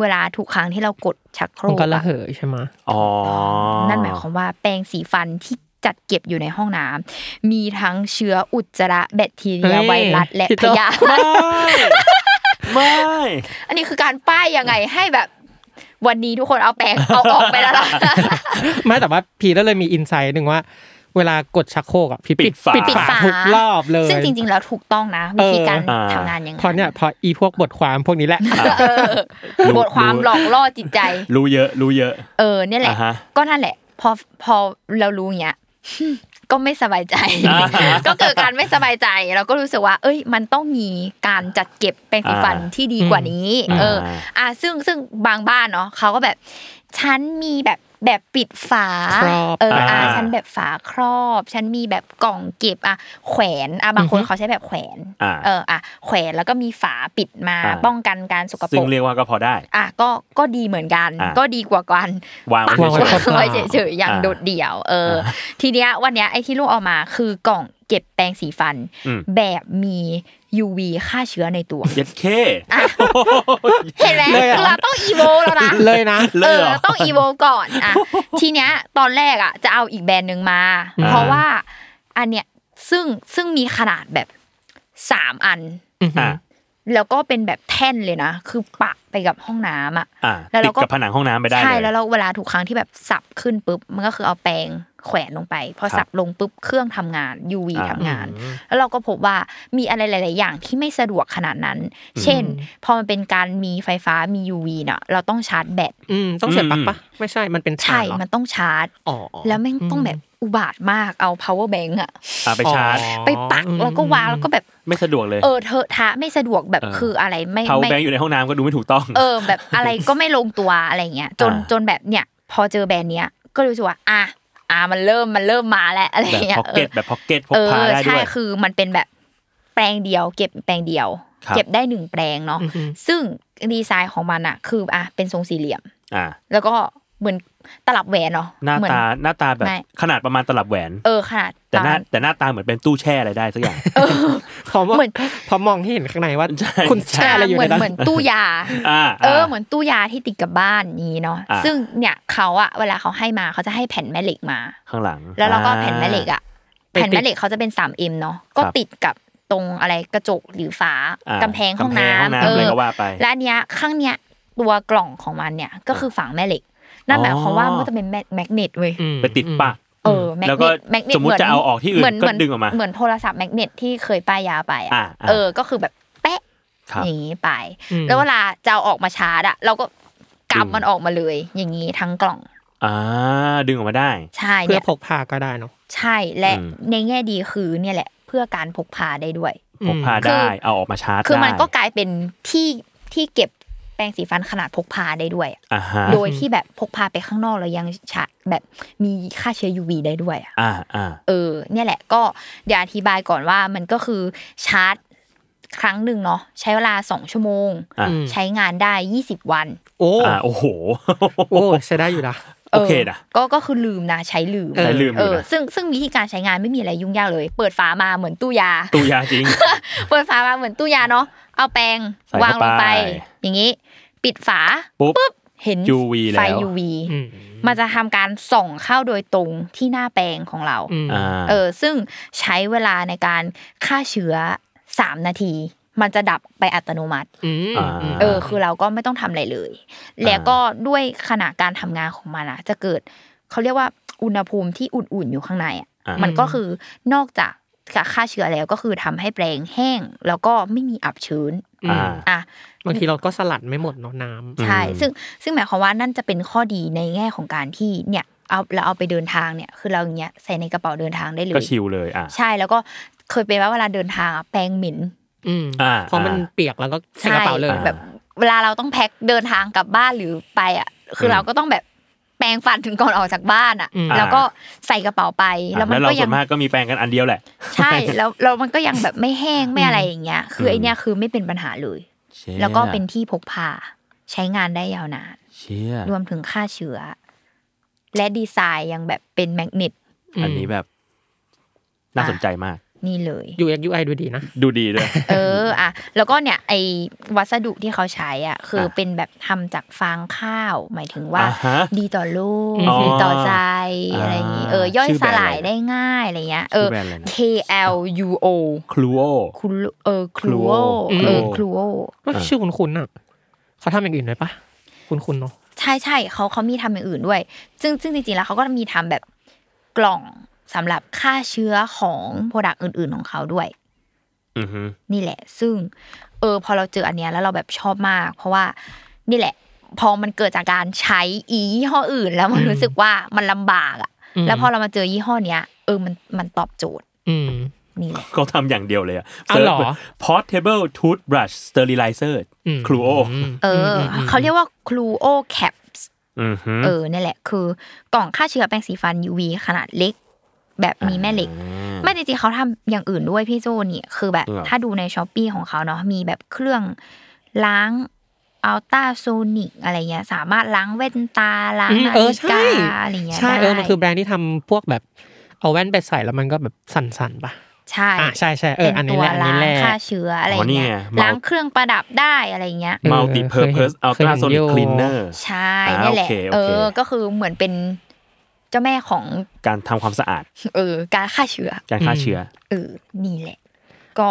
เวลาทุกครั้งที่เรากดชักโคร
มัน
ก
ก็ระ
อะ
เหยใช่ไหม
อ๋อ
นั่นหมายความว่าแปรงสีฟันที่จัดเก็บอยู่ในห้องน้ำมีทั้งเชื้ออุจจาระแบคทีเรียไวรัสและพยาธิ
ไม่
อันนี้คือการป้ายยังไงให้แบบ วันนี้ทุกคนเอาแปรง [laughs] เอาออกไปแล้วล่ะ
ไม่แต่ว่าพีแล้วเลยมีอินไซต์หนึ่งว่า เวลากดชักโครกอ่ะพี่
ปิ
ปิ
ดฝา
ปิดฝา
ทุกรอบเลย
ซึ่งจริง ๆ แล้วถูกต้องนะ วิธีการ
เอออ่า
ทำงานยังไง
เพอเนี่ยพออีพวกบทความพวกนี้แหละ
เออบทความหลอกล่อจิตใจ
รู้เยอะรู้เยอะ
เออเนี่ยแหละ
อ่าฮะ
ก็นั่นแหละ พอพอเรารู้อย่างเงี้ [laughs] ย ก็ไม่สบายใจ
อ่าฮะ
[laughs] ก็เกิดการไม่สบายใจเราก็รู้สึกว่า เอ้ย มันต้องมีการจัดเก็บแปรงสีฟัน
อ่า
ที่ดีกว่านี้
อืม
เออ
อ่า
อ่ะซึ่งซึ่งบางบ้านเนาะเขาก็แบบ ฉันมีแบบแบบปิดฝา
ครอบ
เอออ่ะ
อ่า
ฉันแบบฝาครอบ ฉันมีแบบกล่องเก็บอ่ะแขวนอ่ะบางคนเขาใช้แบบแขวน
อ่า
เอออ่ะแขวนแล้วก็มีฝาปิดมา
อ่า
ป้องกันการสกป
ซึ่
รง ก
เรียกว่าก็พอได้
อ่ะก็ก็ดีเหมือนกัน
อ่ะ
ก็ดีกว่าการ
วางไว้
วาง
เฉ
ไว้
ย
ครอบ
ไว้เฉยๆอย่าง
อ่ะ
โดดเดี่ยว เอออ
ะ
ทีเนี้ยวันเนี้ยไอ้ที่ลูกเอามาคือกล่องเก็บแปรงสีฟัน
อืม
แบบมี UV ฆ่าเชื้อในตัว
ๆเย็ดเค
เห็นไหม
เลยเหรอ
เราต้องอีโวแล้วนะ
เลยนะ
เลยเหรอ
ออต้องอีโวก่อนอ่ะทีเนี้ยตอนแรกอ่ะจะเอาอีกแบรนด์หนึ่งมา
อ่า
เพราะว่าอันเนี้ยซึ่งซึ่งมีขนาดแบบสามอัน
อือหื
อ่า
อ
แล้วก็เป็นแบบแท่นเลยนะ คือปะไปกับห้องน้ำอ่ะ
อ่า
แล้ว
ติ
เรา
ด
ก็
กับผนังห้องน้ำไปได้
ใช่
เลย
แล้วเราเวลาทุกครั้งที่แบบสับขึ้นปุ๊บมันก็คือเอาแปรงแขวนลงไป พอ
ครับ
สับลงปุ๊บเครื่องทำงาน UV
อ่า
ทำงาน แล้วเราก็พบว่ามีอะไรหลาย ๆ อย่างที่ไม่สะดวกขนาดนั้น เช่น พอมันเป็นการมีไฟฟ้ามี UV เนาะเราต้องชาร์จแบต
อืมต้องเสียบปลั๊ก
อืม
ปะไม่ใช่มันเป็นฐา
ใช่
นเหรอ
มันต้องชาร์จ
อ๋อ
แล้วแม่งต้องแบบอุบาทมากเอา power bank อะ
อ่าไปชาร์จ
อ๋อ
ไปปักแล้วก็วางแล้วก็แบบ
ไม่สะดวกเลย
เออเธอะทะไม่สะดวกแบบ
เออ
คืออะไรไม่
เผา
ไม่
แบงค์อยู่ในห้องน้ำก็ดูไม่ถูกต้อง
เออแบบอะไรก็ไม่ลงตัวอะไรเงี้ยจน
อ่า
จนแบบเนี่ย พอเจอแบรนด์เนี้ยก็รู้สึกว่าอ่ะอ่ะมันเริ่มมันเริ่มมาแล้วอะไร
แบบ
เงี้ย
พ็อกเก็ตแบบพ็อกเก็ตพก
เออ
พาได้
ใช่
ด้วย
คือมันเป็นแบบแปลงเดียว เก็บแปลงเดียว
ครับ
เก็บได้หนึ่งแปลงเนาะ
อือหือ
ซึ่งดีไซน์ของมันอะคืออ่ะเป็นทรงสี่เหลี่ยม
อ่า
แล้วก็เหมือนตลับแหวนเนาะ
หน้า
เมือ
ตาหน้าตาแบบ
ไม่
ขนาดประมาณตลับแหวน
เออขนาด
แต่หน้า
ประมณ
แต่หน้าตาเหมือนเป็นตู้แช่อะไรได้สั
[laughs]
กอย่าง
พร้อมว่า
เหมือน
พร้อมมองให้เห็นข้างในว่า
[laughs] ใช่
คุณแช่อะไรอยู่
เหมื
ใน
อน
นั้น
เหมือนตู้ยา
อ่า
เออ
า
เหมือนตู้ยาที่ติดกับบ้านนี้เนาะ
อ่า
ซึ่งเนี่ยเขาอะเวลาเขาให้มาเขาจะให้แผ่นแม่เหล็กมา
ข้างหลัง
แล้วเราก็แผ่นแม่เหล็กอ่ะ
ไปติด
แผ่นแม่เหล็กเขาจะเป็น 3M เนาะก็
ครับ
ติดกับตรงอะไรกระจกหรือฝา
อ่าก
ำแพงห้องน้
กำ
ำ
แพงห้องน้ำ
เอ
เล
อย
ก็ว่าไป
และอันเนี้ยข้างเนี้ยตัวกล่องของมันเนี่ยก็คือฝังแม่เหล็ก นั่น
อ๋อ
หมายความว่ามันก็จะเป็นแมแมกเนตเว้ย
อืม
ไปติดปาก
เออแมก
แล้ว
เน
ก็
ตแมกเนต
สมมุติจะเอาออกที่อื่นก็ดึงออกมา
เหมือนโทรศัพท์แมกเนตที่เคยป้ายยาไปอะ
อ่าอ่า
เออก็คือแบบแปะ
ครับ
อย่างนี้ไป
อืม
แล้วเวลาจะเอาออกมาชาร์จอะเราก็
ดึง
กำมันออกมาเลย อย่างนี้ทั้งกล่อง
อ่า ดึงออกมาได้
ใช่
เพื่
เนี่
อย พกพาก็ได้เนาะ
ใช่และ
อืม
ในแง่ดีคือเนี่ยแหละเพื่อการพกพาได้ด้วย
พกพา
อืม
คือ
ได้ เอาออกมาชาร์จ
คือมัน
ได้
ก็กลายเป็นที่ที่เก็บแปรงสีฟันขนาดพกพาได้ด้วยอะ
อ่าฮะ
โดยที่แบบพกพาไปข้างนอกแล้วยังชะแบบมีค่าเชื้อ UV ได้ด้วยอะ
อ่าอ่า
เออ เนี่ยแหละก็เดี๋ยวอธิบายก่อนว่ามันก็คือชาร์จครั้งหนึ่งเนาะใช้เวลา 2 ชั่วโมง
อ่ะ
ใช้งานได้ 20 วัน
โอ้
อ่าโอ้โห
โอ้ใช้ได้อยู่นะ
โอเคนะ
ก็ก็คือลืมนะใช้ลืม
ใช้ลืมอ
เอยู่ อ
นะ
ซึ่งซึ่งวิธีการใช้งานไม่มีอะไรยุ่งยากเลย เปิดฝามาเหมือนตู้ยา
ตู้ยา
[laughs]
จริง
เปิดฝามาเหมือนตู้ยาเนาะ เอาแปรง
ใส่เข้าไป
วางลงไป อย่างนี้ ปิดฝา
ปุ๊บ
เห็น
UV
ไฟ
แล้ว
UV
อืม
มันจะทำการส่องเข้าโดยตรงที่หน้าแปรงของเรา
อืม
อ่า
เออ ซึ่งใช้เวลาในการฆ่าเชื้อ สามนาที มันจะดับไปอัตโนมัติ
อืม
อ่า
อืม
เออคือเราก็ไม่ต้องทำอะไรเลย แล้วก็ด้วยขณะการทำงานของมันอะจะเกิดเขาเรียกว่าอุณหภูมิที่อุ่นๆอยู่ข้างในอะ
อ่ามั
มันก็คือนอกจากจะฆ่าเชื้อแล้วก็คือทำให้แปลงแห้ง แล้วก็ไม่มีอับชื้น
อื
อ่า
ม
อ่ะ
บางทีเราก็สลัดไม่หมดเนาะน้ำ
ใช่
อืม
ซึ่งซึ่งหมายความว่านั่นจะเป็นข้อดีในแง่ของการที่เนี่ยเอาเราเอาไปเดินทางเนี่ยคือเราอย่างเงี้ยใส่ในกระเป๋าเดินทางได้เล
ก็
ย
ชิลเลยอ่ะ
ใช่แล้วก็เคยเป็นว่าเวลาเดินทางอะแปรงเหม็น
อืม
อ่า
เพราะมัน
อ่า
เปียกแล้วก็ใส่กระเป๋าเลย
แบบ เวลาเราต้องแพ็คเดินทางกลับบ้านหรือไปอ่ะคือเราก็ต้องแบบแปรงฟันถึงก่อนออกจากบ้านอ่ะ
อืม
แล้วก็ใส่กระเป๋าไป
อ่ะ
แล้วมั
แล้
น
วเรา
ก็
ส่
ยั
ว
ง
นมากก็มีแปลงกันอันเดียวแหละ
ใช่ [laughs] แล้วแล้วมันก็ยังแบบไม่แห้งไม่อะไรอย่างเงี้ย คือไอเนี้ยคือไม่เป็นปัญหาเลย แล้วก็เป็นที่พกพาใช้งานได้ยาวนาน
เชี่ย
รวมถึงฆ่าเชื้อ และดีไซน์ยังแบบเป็นแมกเนต
ม
อันนี้แบบ น่าสนใจมาก
นี่เลย
UX UI ดูดีนะ
ดูดีด้วย
เอออ่ะแล้วก็เนี่ยไอ้วัสดุที่เขาใช้อ่ะคืออะ เป็นแบบทำจากฟางข้าว หมายถึงว่า
อ่าฮะ
ดีต่อโลก
อ๋อ
ดีต่อใจอะไรอย่างงี้เออ
อ่า
ย่อย
ชื่อ
ส
แบรนด์
ลาย
อะไรนะ
ได้ง่ายอะไรเงี้ย
ชื่
เอ
อ
อ
แบรนด์อะไรนะ
K L U O
คลูโอ
คุณเออคลูโอ
Cluo
เออ
Cluo
คลูโอ
ก็ชื่อคุณคุณอ่ะ เขาทำอย่างอื่นไหมปะคุณคุณเนาะ
ใช่ใช่เขาเขามีทำอย่างอื่นด้วย ซึ่งซึ่งจริงๆแล้วเขาก็มีทำแบบกล่องสำหรับฆ่าเชื้อของโปรดักต์อื่น ๆของเขาด้วย
อือฮึ
นี่แหละ ซึ่ง เออ พอเราเจออันเนี้ยแล้วเราแบบชอบมาก เพราะว่านี่แหละ พอมันเกิดจากการใช้อียี่ห้ออื่น แล้วมันรู้สึกว่ามันลำบากอะ
อืม
แล้วพอเรามาเจอยี่ห้อเนี้ยเออมันมันตอบโจทย์
อืม
นี่แหละ
เขาทำอย่างเดียวเลยอะ
อ้าวเหรอ
Portable Toothbrush Sterilizer
อืม
คลูโอ
ม
เอออ
มม
เขาเรียกว่า Cluo Caps
อือฮึ
เออนี่แหละ คือกล่องฆ่าเชื้อแปรงสีฟัน UV ขนาดเล็ก แบบมีแม่เหล็ก
า
ไม่จริงๆเขาทำอย่างอื่นด้วยพี่โจนี่คือแบบ
จริงเหรอ
ถ้าดูในช้อปปีของเขาเนาะมีแบบเครื่องล้างอัลตราโซนิกอะไรเงี้ย สามารถล้างแว่นตาล้าง
อืม
นา
เออ
ฬิ
ใช่
กาอะไรเงี้ย
ใช่
ได้
เออมันคือแบรนด์ที่ทำพวกแบบเอาแว่นไปใส่แล้วมันก็แบบสั่นๆปะ
ใช่
อ่าใช่ใช่เอ
เป็
อน อันนี้
ตัว
แหละอัน
ล้าง
นี้แหละ
ฆ่าเชื้ออะไร
อ๋อนี่
เงี้ย
ไง multi-
ล้างเครื่องประดับได้อะไรเงี้ย
อ
Multi Purpose
เคยเห็
Ultra
น
Sonic
เคยเห็นอยู่
Cleaner
ใช่
อ่า
นี่แหละ
โอเคโอเค
เออก็คือเหมือนเป็นเจ้าแม่ของ
การทำความสะอาด
เออการฆ่าเชื้อ
การฆ่าเชื้อ
เออนี่แหละ ก็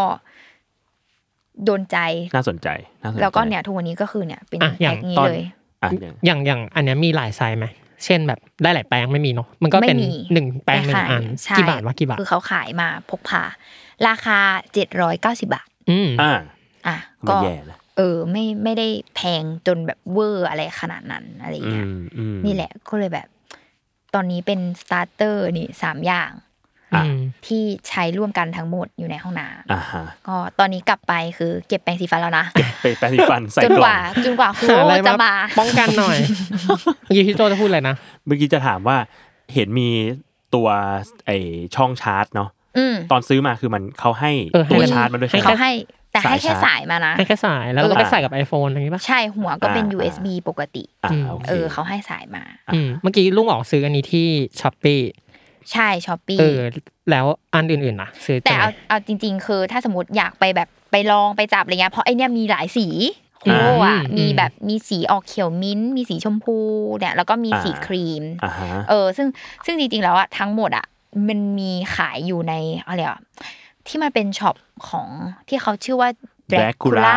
โดนใจ
น่าสนใจ น่าสนใจ
แล้วก็เนี่ยทุกวันนี้ก็คือเนี่ยเป็น
อ่ะอย่าง
แพ็คนี้
ตอน
เลย
อ่ะเนี่ย
อย่างอย่างอันเนี้ยมีหลายไซส์ไหมเช่นแบบได้หลายแปลงไม่มีเนาะมันก็เป็น
ไม่มี
หนึ่งแปลงหนึ่ง
ขาย
อัน
ใช่
กี่บาทวะกี่บาท
คือเขาขายมาพกพาราคา 790 บาท
อืม
อ่า
อ่ะ
ก็
ก็
แย่นะ
เออไม่ไม่ได้แพงจนแบบเวอร์อะไรขนาดนั้นอะไรอย่าง
อื
เงี้ย
มอืม
นี่แหละก็เลยแบบ ตอนนี้เป็นสตาร์เตอร์นี่สามอย่าง
อ่ะ
ที่ใช้ร่วมกันทั้งหมดอยู่ในห้องน้
อ่าฮะ
ำก็ตอนนี้กลับไปคือเก็บแปรงสีฟันแล้วนะ
ไปแปรงสีฟันใส่
จน
ก
ก
ล่อง
ว่าจนกว่าครู
หา
โอ
อะไร
จะ
มา
มา
ป้องกัน
[laughs]
หน่อย เมื่อกี้พี่โจจะพูดอะไรนะ
เมื่อกี้จะถามว่าเห็นมีตัวไอช่องชาร์จเนาะ
อืม
ตอนซื้อมาคือมันเขาให้
เออให้
ตัว
เลย
ชาร์จมาด้วยใช่ไหม
เขาให้ แต่ให้แค่
สายชาร์จ
สายมานะ
ให้แค่สายแล้วเราก็
เออ
ไปใส่กับ iPhone อะไรอย่างงี้ป่ะ
ใช่หัวก็เป็น
อ่า
USB ปกติ
อ่าโอเค
เออเขาให้สายมา
อืมเมื่อกี้ลุงออกซื้ออันนี้ที่ช้อปปี้
ใช่ช้อปปี้
เออ แล้วอันอื่นๆนะซื้อ
แต่
จากไหน
เอาเอาจริง ๆ คือ ถ้าสมมติอยากไปแบบไปลองไปจับอะไรเงี้ยเพราะไอเนี้ยมีหลายสีคูโรอ่ะ
อืม
มีแบบมีสีออกเขียวมิ้นท์มีสีชมพูเนี่ยแล้วก็มีสีครีม
อ่าฮะ
เออ ซึ่งซึ่งจริง ๆ แล้วอะทั้งหมดอะมันมีขายอยู่ในอะไรอะที่มันเป็นช็อปของที่เขาชื่อว่า
Dracula
Dracula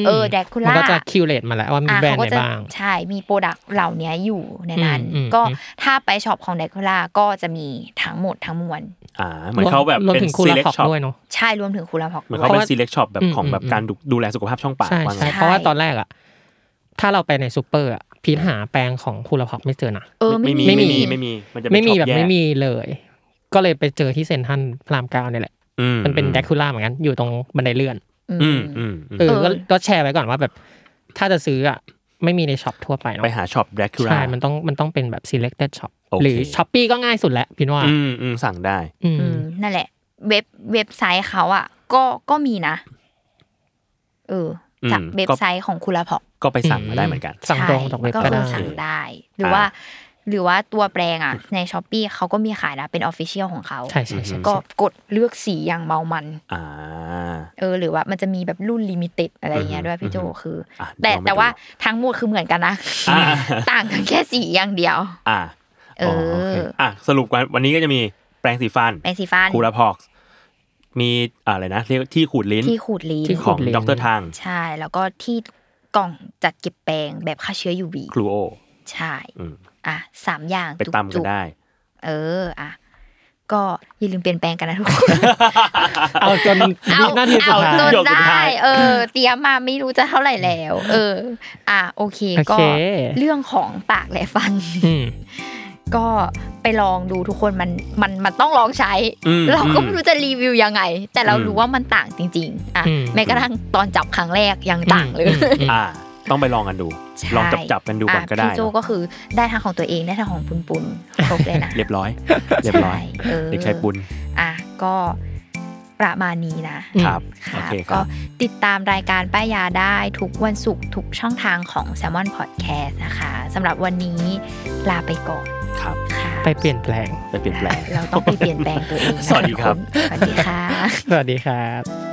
ม
เออ Dracula
มันก็จะคิวเลตมาแล้วว่ามี
อ่ะ
แบรน
เขา
ด์
ก็
ไหน
จะ
บ้าง
ใช่มีโปรดักต์เหล่านี้อยู่ในนั้น
อืมอืม
ก็
อืม
ถ้าไปช็อปของ Dracula ก็จะมีทั้งหมดทั้งมวล
อ่า เหมือนเขาแบบ
รวม
เป็น
ถึงคูลา
select
ของ
shop
ด้วยเนาะ
ใช่ รวมถึงคูลาพอก
เหมือน
ด้
เขา
วย
เป็น
เพราะว่า
select shop แบบของแบบ
อืม
การดูดูแลสุขภาพช่องปาก
ใช่
ว่า
ใช่
ไง
เพราะว่าตอนแรกอะถ้าเราไปในซูเปอร์อะพีทหาแปรงของคูลาพ็อกไม่เจอนะ
เออไม่มี
ไม่มี
ไม่มี
ไม่มีมันจะเป็น
ไม่มี
ช็อ
แบบ
ยก
ไม่มีเลย ก็เลยไปเจอที่เซ็นทรัลพระรามเก้าเนี่ยแหละ
อื
มันเป็นแดคูล่าเหมือนกันอยู่ตรงบันไดเลื่อน
อื
อืม
มอืมอืม
เออ
เออ
ก็ก็แชร์ไว้ก่อนว่าแบบ ถ้าจะซื้ออ่ะ ไม่มีในช็อปทั่วไปเนาะ
ไปหาช็อป Dracula
ใช่ มันต้องมันต้องเป็นแบบ selected shop
โอเค
หรือช้อปปีก็ง่ายสุดแล้วพี่ว่า
อืมอืมสั่งได้
อืม
อืมนั่นแหละ เว็บเว็บไซต์เขาอ่ะ ก็ก็มีนะ เออ จาก
อืม
เว็บ
ก็
ไซต์ของคูลาพอก
ก็ไปสั่งมาได้เหมือนกัน
สั่งตรงจากเว็บ
ก็คื
ก็ได้
อสั่งได้ หรือว่า หรือว่าตัวแปลงอ่ะ ในช้อปปีเขาก็มีขายนะ เป็นออฟฟิเชียลของเขา
ใช่ใช่ใช่
ก็กดเลือกสีอย่างเมามัน
อ่า
เออ หรือว่ามันจะมีแบบรุ่นลิมิเต็ดอะไรอย่างเงี้ยด้วยพี่โจคืออะ แต่
เดี๋ยว
แต่
เรามา
ว่า
ดู
ทั้งหมดคือเหมือนกันนะ
อ่า
ต่างกันแค่สีอย่างเดียว
อ่า
เออ
โอเคอ่ะสรุปวันวันนี้ก็จะมีแปรงสีฟัน
แปรงสีฟัน
คูลาพอก มีอะไรนะเรียกที่ขูดลิ้น
ที่ขูดลิ้น
ที่
ของ
ขูดลิ้น
ดรทาง
ใช่แล้วก็ที่กล่องจัดเก็บแปรงแบบฆ่าเชื้อ UV
ครูโอ
ใช่
อืม
อ่ะสามอย่าง
ไปตำกั
จุ
น
ก
ได้
ๆเอออ่ะก็อย่าลืมเปลี่ยนแปลงกันนะทุกคน
[laughs] เอาจน
เอา
หน้าที่สุด
เอา
ท้า
จ
ย
น
หยกสุด
ได้
ท้าย
เออ เตรียมมาไม่รู้จะเท่าไหร่แล้ว เออ อ่ะโอเค
โอ
ก็
เค
เรื่องของ [laughs] ปากและฟัน
อืม
ก็ไปลองดูทุกคนมันมันมันต้องลองใช้
อืม
เราก็
อืม
ไม่รู้จะรีวิวยังไง แต่เรา
อืม
รู้ว่ามันต่างจริง ๆ อ่ะ
อืม
แม้กระทั่งตอนจับครั้งแรกยังต่างเลย
อืม
อ่า ต้องไปลองกันดู
ใช่
ลองจับจับๆกันดูก่อนก็ได้
พี่โจก็คือได้ทางของตัวเองได้ทางของปุนปุนครบเลยนะ
เรียบร้อย [laughs] เรียบร้อย
ใช่ออ
เด็กชายปุน
อ่ะก็ประมาณนี้นะ
อืม
ครับ โอ
ค่ะ
เคค
ก็
รับ
ติดตามรายการป้ายยาได้ทุกวันศุกร์ทุกช่องทางของ s ซ l m o n Podcast นะคะสำหรับวันนี้ลาไปก่อน
ครับ
ค่ะ
ไปเปลี่ยนแปลง
ไปเปลี่ยนแปลง
เราต้องไปเปลี่ยนแปลงตัวเองนะะ
สวัสดีครับ
ทุกนสวัสดีค่ะ
สวัสดีครับ